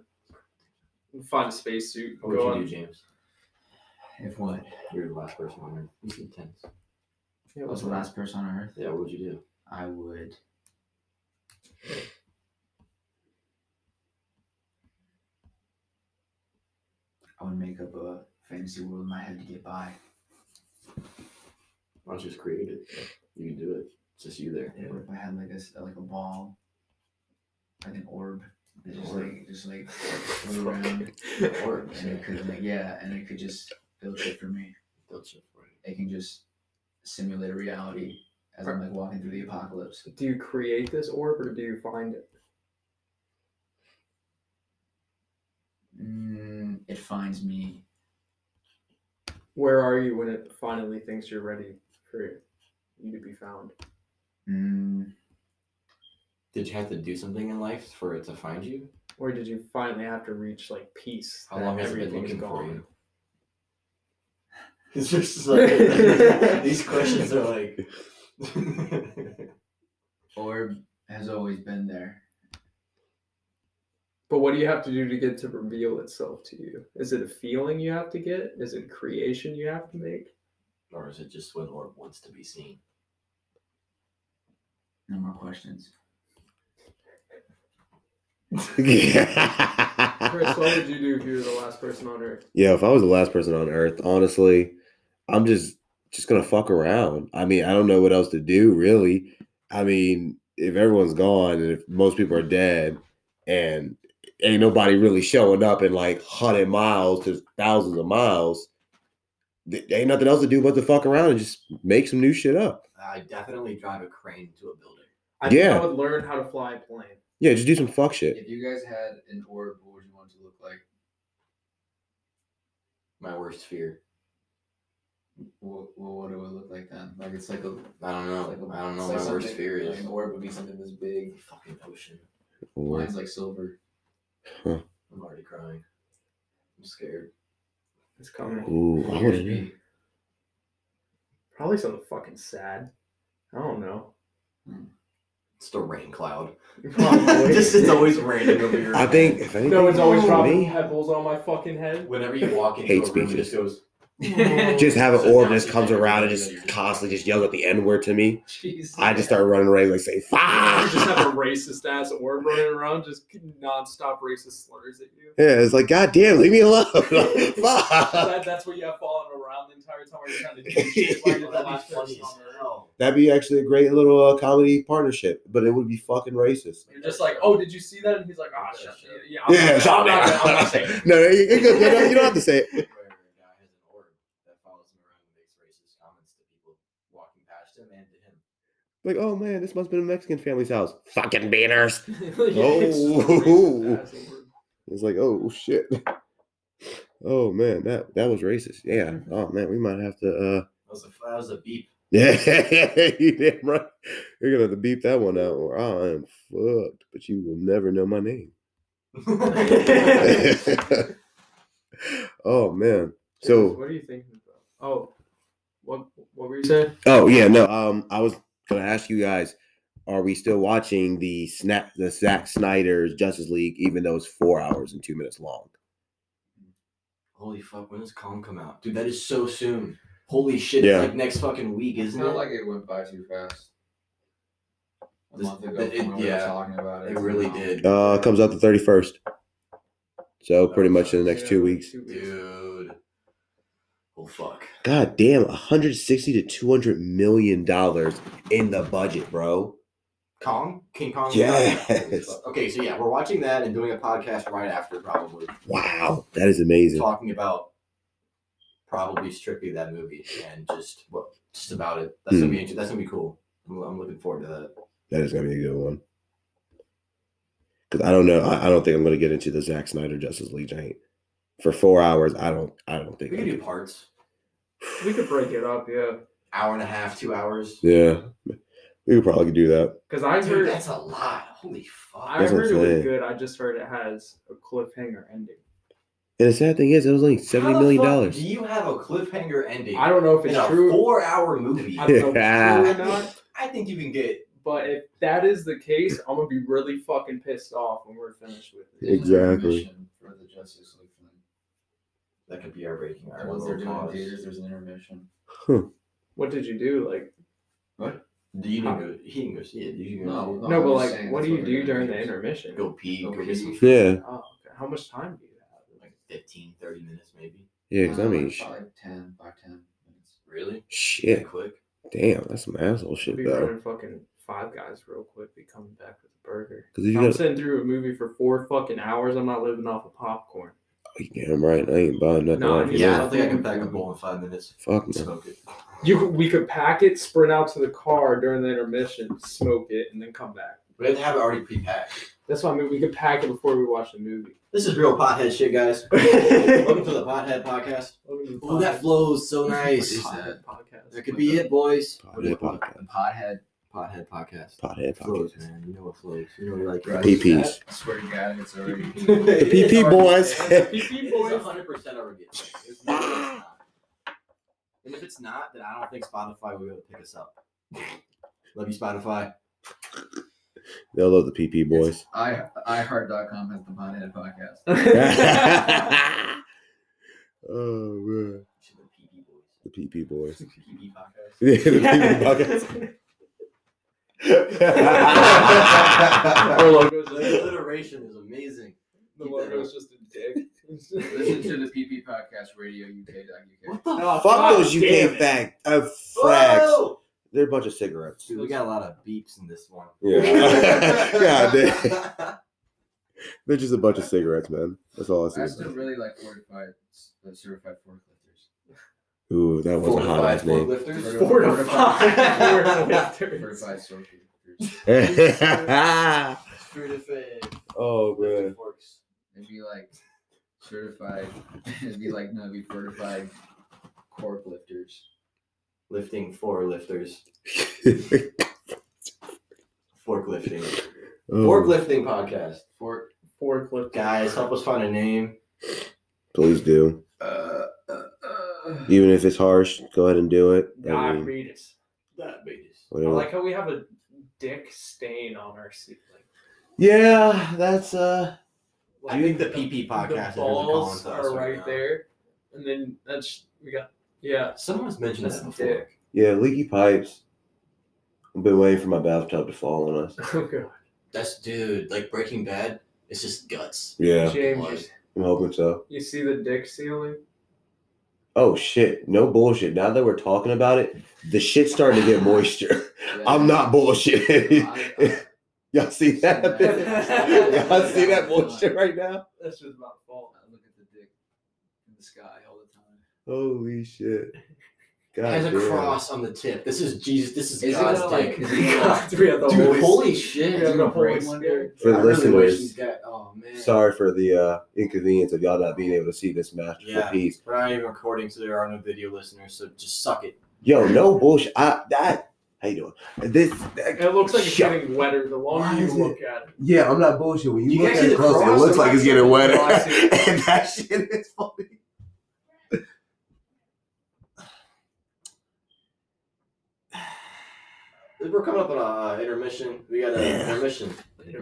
Speaker 3: it. Find a spacesuit.
Speaker 1: What would
Speaker 3: Go
Speaker 1: you
Speaker 3: on.
Speaker 1: do, James?
Speaker 4: If what?
Speaker 1: You're the last person on Earth. This is intense.
Speaker 3: Yeah,
Speaker 4: I was
Speaker 3: what's
Speaker 4: the last person on Earth.
Speaker 1: Yeah, what would you do?
Speaker 4: I would. I would make up a fantasy world in my head to get by.
Speaker 1: Why don't you just create it? You can do it. It's just you there.
Speaker 4: What if I had like a s- like a ball, like an orb, that just
Speaker 1: Orb.
Speaker 4: like just like flew around,
Speaker 1: Or
Speaker 4: and it could like yeah, and it could just build shit for me.
Speaker 1: That's it for you.
Speaker 4: It can just simulate a reality as I'm like walking through the apocalypse.
Speaker 3: Do you create this orb or do you find it?
Speaker 4: Mm, it finds me.
Speaker 3: Where are you when it finally thinks you're ready for you to be found?
Speaker 4: Mm,
Speaker 1: Did you have to do something in life for it to find you?
Speaker 3: Or did you finally have to reach like peace?
Speaker 1: How
Speaker 3: that
Speaker 1: long has it been
Speaker 3: everything's
Speaker 1: looking for
Speaker 3: gone?
Speaker 1: you? It's just like these questions are like.
Speaker 4: orb has always been there.
Speaker 3: But what do you have to do to get to reveal itself to you? Is it a feeling you have to get? Is it creation you have to make?
Speaker 1: or is it just when Orb wants to be seen?
Speaker 4: No more questions.
Speaker 3: Chris, what would you do if you were the last person on earth?
Speaker 2: Yeah, if I was the last person on Earth, honestly, I'm just just gonna fuck around. I mean, I don't know what else to do, really. I mean, if everyone's gone and if most people are dead, and ain't nobody really showing up in like hundred miles to thousands of miles, th- ain't nothing else to do but to fuck around and just make some new shit up.
Speaker 1: I definitely drive a crane to a building.
Speaker 3: I think I
Speaker 2: Yeah.
Speaker 3: would learn how to fly a plane.
Speaker 2: Yeah, just do some fuck shit.
Speaker 4: If you guys had an orb, what would you want it to look like?
Speaker 1: My worst fear.
Speaker 4: What, what would it look like then? Like it's like a
Speaker 1: I don't
Speaker 4: I
Speaker 1: know. I don't know. what my worst fear is
Speaker 4: An orb would be something this big.
Speaker 1: fucking ocean.
Speaker 2: Or-
Speaker 4: Mine's like silver.
Speaker 1: I'm already crying. I'm scared.
Speaker 3: It's coming.
Speaker 2: Ooh, I wanna know.
Speaker 3: Probably something fucking sad. I don't know.
Speaker 1: It's the rain cloud.
Speaker 3: Probably.
Speaker 1: just it's always raining over your.
Speaker 2: I think if anything,
Speaker 3: no, it's always
Speaker 2: for
Speaker 3: dropping
Speaker 2: me,
Speaker 3: pebbles on my fucking head.
Speaker 1: Whenever you walk into
Speaker 2: Hates
Speaker 1: a room,
Speaker 2: beaches.
Speaker 1: it just goes.
Speaker 2: just have
Speaker 1: So
Speaker 2: an orb
Speaker 1: now
Speaker 2: that just
Speaker 1: you
Speaker 2: comes
Speaker 1: think
Speaker 2: around
Speaker 1: everybody
Speaker 2: and
Speaker 1: knows
Speaker 2: just
Speaker 1: you're-
Speaker 2: constantly just yells at the N word to me.
Speaker 4: Jeez.
Speaker 2: I just start running around like say
Speaker 3: You
Speaker 2: fuck.
Speaker 3: just have a racist ass orb running around, just nonstop racist slurs at you.
Speaker 2: Yeah, it's like God damn, leave me alone. fuck.
Speaker 3: That, that's what you have falling around the entire time you're trying to do shit while you're the last person on earth.
Speaker 2: That'd be actually a great little uh, comedy partnership, but it would be fucking racist.
Speaker 3: You're just like, oh, did you see that? And he's like, ah, shut the- yeah, I'm
Speaker 2: Yeah,
Speaker 3: not-
Speaker 2: stop
Speaker 3: I'm not gonna- I'm not saying
Speaker 2: it.
Speaker 3: it.
Speaker 2: no, you, you don't- you don't- you don't have to say it.
Speaker 1: Where a guy has an orb that follows him around and makes racist comments to people walking past him and to him.
Speaker 2: Like, oh man, this must have been a Mexican family's house. Fucking beaners.
Speaker 3: It's just a
Speaker 2: Oh.
Speaker 3: racist ass orb.
Speaker 2: It's like, oh shit. Oh man, that that was racist. Yeah. Oh man, we might have to. uh
Speaker 1: That was a that was a beep.
Speaker 2: Yeah, you damn right. You're gonna have to beep that one out, or I am fucked. But you will never know my name. oh man.
Speaker 3: Jesus,
Speaker 2: So
Speaker 3: what are you thinking about? Oh, what what were you saying?
Speaker 2: oh yeah, no, um I was gonna ask you guys, are we still watching the snap the Zack Snyder's Justice League, even though it's four hours and two minutes long?
Speaker 1: Holy fuck! When does Calm come out, dude? That is so soon. Holy shit!
Speaker 2: Yeah.
Speaker 1: It's like next fucking week,
Speaker 4: It's
Speaker 1: isn't
Speaker 4: not
Speaker 1: it?
Speaker 4: like it went by too fast. A
Speaker 1: This-
Speaker 4: month ago,
Speaker 1: it-
Speaker 4: when we were
Speaker 1: yeah,
Speaker 4: talking about it. Um,
Speaker 1: it really did,
Speaker 2: Uh it comes out the thirty first. So pretty much in the next two weeks.
Speaker 1: dude. Oh fuck!
Speaker 2: God damn, 160 to 200 million dollars in the budget, bro.
Speaker 1: Kong, King Kong.
Speaker 2: Yes.
Speaker 1: Okay, so yeah, we're watching that and doing a podcast right after, probably
Speaker 2: Wow, that is amazing.
Speaker 1: talking about probably strictly that movie and just what just about it. That's
Speaker 2: Hmm.
Speaker 1: gonna be inter- that's gonna be cool. I'm, I'm looking forward to that.
Speaker 2: That is gonna be a good one. Cause I don't know. I, I don't think I'm gonna get into the Zack Snyder Justice League giant for four hours. I don't. I don't
Speaker 1: We
Speaker 2: think. I
Speaker 1: can do
Speaker 2: could.
Speaker 1: parts.
Speaker 3: We could break it up, yeah.
Speaker 1: Hour and a half, two hours.
Speaker 2: Yeah, we could probably do that.
Speaker 3: Because I
Speaker 1: Dude,
Speaker 3: heard,
Speaker 1: that's a lot. Holy
Speaker 3: I
Speaker 1: fuck.
Speaker 2: That's what
Speaker 3: heard it
Speaker 2: I'm
Speaker 3: was
Speaker 2: saying.
Speaker 3: good. I just heard it has a cliffhanger ending.
Speaker 2: And the sad thing is, it was only seventy
Speaker 1: How the
Speaker 2: million
Speaker 1: fuck
Speaker 2: dollars.
Speaker 1: Do you have a cliffhanger ending
Speaker 3: I don't know if
Speaker 1: in
Speaker 3: it's
Speaker 1: a
Speaker 3: true.
Speaker 1: four-hour movie?
Speaker 3: I don't know if
Speaker 2: Yeah.
Speaker 3: it's true or not.
Speaker 1: I think you can get
Speaker 3: But if that is the case, I'm gonna be really fucking pissed off when we're finished with it.
Speaker 4: There's an
Speaker 2: Exactly.
Speaker 4: intermission For the Justice League film.
Speaker 1: that could be our breaking. Our
Speaker 4: Once they're
Speaker 1: little
Speaker 4: doing
Speaker 1: pause.
Speaker 4: theaters, there's an intermission.
Speaker 3: What did you do? Like,
Speaker 1: Do you didn't go? He didn't go see it. You didn't go
Speaker 4: No,
Speaker 1: see it.
Speaker 4: Oh,
Speaker 3: no,
Speaker 4: I'm
Speaker 3: but
Speaker 4: just
Speaker 3: like,
Speaker 4: saying
Speaker 3: what
Speaker 4: that's
Speaker 3: do you
Speaker 4: what
Speaker 3: do
Speaker 4: they're
Speaker 3: during the
Speaker 4: gonna do.
Speaker 3: intermission?
Speaker 1: Go pee. Go,
Speaker 4: Go
Speaker 1: get
Speaker 4: pee.
Speaker 1: some. food.
Speaker 2: Yeah,
Speaker 3: Oh, okay. how much time do you have?
Speaker 1: Like 15, 30 minutes maybe.
Speaker 2: yeah. Cause I
Speaker 4: Uh,
Speaker 2: mean,
Speaker 4: like
Speaker 2: sh-
Speaker 4: probably 10, 5, 10 minutes.
Speaker 1: Really? That
Speaker 2: shit.
Speaker 1: Quick.
Speaker 2: Damn, that's some asshole
Speaker 3: Should
Speaker 2: shit
Speaker 3: be
Speaker 2: though.
Speaker 3: running fucking Five Guys real quick. Be coming back with a burger.
Speaker 2: Because
Speaker 3: If
Speaker 2: if you
Speaker 3: I'm
Speaker 2: got,
Speaker 3: sitting through a movie for four fucking hours. I'm not living off of popcorn.
Speaker 2: Oh, damn right, I ain't buying nothing.
Speaker 3: No, I
Speaker 2: off
Speaker 3: mean,
Speaker 2: of
Speaker 1: Yeah, I
Speaker 2: that.
Speaker 1: don't think I can pack a bowl in five minutes.
Speaker 2: Fuck no.
Speaker 1: Smoke it.
Speaker 3: You could- we could pack it, sprint out to the car during the intermission, smoke it, and then come back.
Speaker 1: We have to have it already pre-packed.
Speaker 3: That's what I mean. We could pack it before we watch the movie.
Speaker 1: This is real pothead shit, guys. Welcome to the Pothead Podcast. Ooh, that flows so nice.
Speaker 4: What is that?
Speaker 3: Podcast.
Speaker 1: That could be it, boys. What is
Speaker 2: Pothead
Speaker 1: it called?
Speaker 2: podcast.
Speaker 4: Podhead.
Speaker 1: Pothead Podcast.
Speaker 2: Pothead
Speaker 1: Flows,
Speaker 2: podcast.
Speaker 1: man. You know what flows. You know what
Speaker 4: Right.
Speaker 1: like.
Speaker 2: PPs.
Speaker 4: I swear to God, it's already.
Speaker 2: The PP boys.
Speaker 3: PP
Speaker 1: It's
Speaker 3: boys.
Speaker 1: 100 percent already. a thing. It's not- it's not. And if it's not, then I don't think Spotify will be able to pick us up. Love you, Spotify.
Speaker 2: They'll love the PP boys.
Speaker 4: I iHeart.com has the Podhead podcast.
Speaker 2: oh
Speaker 1: Oh,
Speaker 2: man,
Speaker 1: Should the PP boys. PP podcast.
Speaker 2: the PP boys. Yeah, the PP podcast.
Speaker 3: Our logo's
Speaker 1: The
Speaker 3: just,
Speaker 1: alliteration is amazing.
Speaker 3: the logo's just a dick.
Speaker 4: Listen to the PP podcast radio
Speaker 1: What
Speaker 4: UK.uk.
Speaker 1: the
Speaker 3: Oh,
Speaker 2: Fuck those UK
Speaker 3: damn it.
Speaker 2: fag uh, fags.
Speaker 1: Whoa!
Speaker 2: They're a bunch of cigarettes.
Speaker 1: Dude, we got a lot of beeps in this one.
Speaker 2: Yeah. God, they, they're just a bunch of cigarettes, man. That's all I
Speaker 4: I
Speaker 2: see.
Speaker 4: still really like fortified, the certified forklifters.
Speaker 2: Ooh, that was a hot ass name.
Speaker 1: Forklifters.
Speaker 3: Four to five.
Speaker 4: Fortified forklifters.
Speaker 1: Fortified.
Speaker 2: oh man.
Speaker 1: Lifting forks.
Speaker 4: It'd be like certified. It'd be like no, it'd be fortified cork lifters.
Speaker 1: Lifting four lifters. Forklifting.
Speaker 2: oh,
Speaker 1: Forklifting podcast.
Speaker 4: Fork.
Speaker 3: Forklift.
Speaker 1: Guys, help us find a name.
Speaker 2: please do.
Speaker 4: Uh, uh, uh.
Speaker 2: Even if it's harsh, go ahead and do it. I
Speaker 3: God,
Speaker 2: mean,
Speaker 3: read it.
Speaker 1: Diabetes.
Speaker 3: I
Speaker 2: whatever.
Speaker 3: like how we have a dick stain on our seat.
Speaker 2: yeah, that's uh.
Speaker 3: Like,
Speaker 1: I think the PP podcast is
Speaker 3: The
Speaker 1: really calling
Speaker 3: balls
Speaker 1: to us
Speaker 3: are
Speaker 1: right
Speaker 3: right
Speaker 1: now.
Speaker 3: there, and then that's we got. Yeah,
Speaker 1: Someone's mentioned
Speaker 3: that's
Speaker 1: that before.
Speaker 3: dick.
Speaker 2: Yeah, leaky pipes. I've been waiting for my bathtub to fall on us.
Speaker 3: Okay.
Speaker 1: That's dude, like Breaking Bad. It's just guts.
Speaker 2: Yeah,
Speaker 3: James,
Speaker 1: Blood.
Speaker 2: I'm hoping so.
Speaker 3: you see the dick ceiling?
Speaker 2: Oh shit, no bullshit. Now that we're talking about it, the shit's starting to get moisture.
Speaker 4: Yeah.
Speaker 2: I'm not bullshit.
Speaker 4: I- I-
Speaker 2: Y'all see that? Y'all see that bullshit right now?
Speaker 3: That's just about fault.
Speaker 4: I look at the dick in the sky all the time.
Speaker 2: Holy
Speaker 1: It
Speaker 2: shit. God
Speaker 1: has a
Speaker 2: Oh, damn.
Speaker 1: cross on the tip. This is Jesus. This is,
Speaker 4: Is it
Speaker 1: God's
Speaker 4: gonna,
Speaker 1: dick.
Speaker 4: like, is it gonna, like,
Speaker 3: we have the
Speaker 1: dude,
Speaker 3: Holy
Speaker 1: holy
Speaker 4: is
Speaker 1: shit.
Speaker 4: it
Speaker 3: Yeah,
Speaker 4: gonna
Speaker 3: the Holy
Speaker 4: break one day?
Speaker 3: Spirit.
Speaker 2: For the
Speaker 1: I really wish
Speaker 2: listeners,
Speaker 1: he's got. Oh man.
Speaker 2: sorry for the uh, inconvenience of y'all not being able to see this masterful
Speaker 1: Yeah.
Speaker 2: piece.
Speaker 1: We're not even recording, so there are no video listeners. So just suck it.
Speaker 2: Yo, no bullshit. I that how you doing? This
Speaker 3: It looks like it's
Speaker 2: Shut-
Speaker 3: getting wetter the longer
Speaker 2: Why
Speaker 3: you
Speaker 2: is
Speaker 3: look at it.
Speaker 2: Yeah, I'm not bullshit. When you,
Speaker 1: You
Speaker 2: look
Speaker 1: guys
Speaker 2: at
Speaker 1: see
Speaker 2: it
Speaker 1: the
Speaker 2: closely, it
Speaker 1: cross?
Speaker 2: looks like it's getting wetter,
Speaker 3: Oh, I see.
Speaker 2: and that shit is funny.
Speaker 1: We're coming up on a uh, intermission. We got an
Speaker 2: Yeah.
Speaker 1: intermission.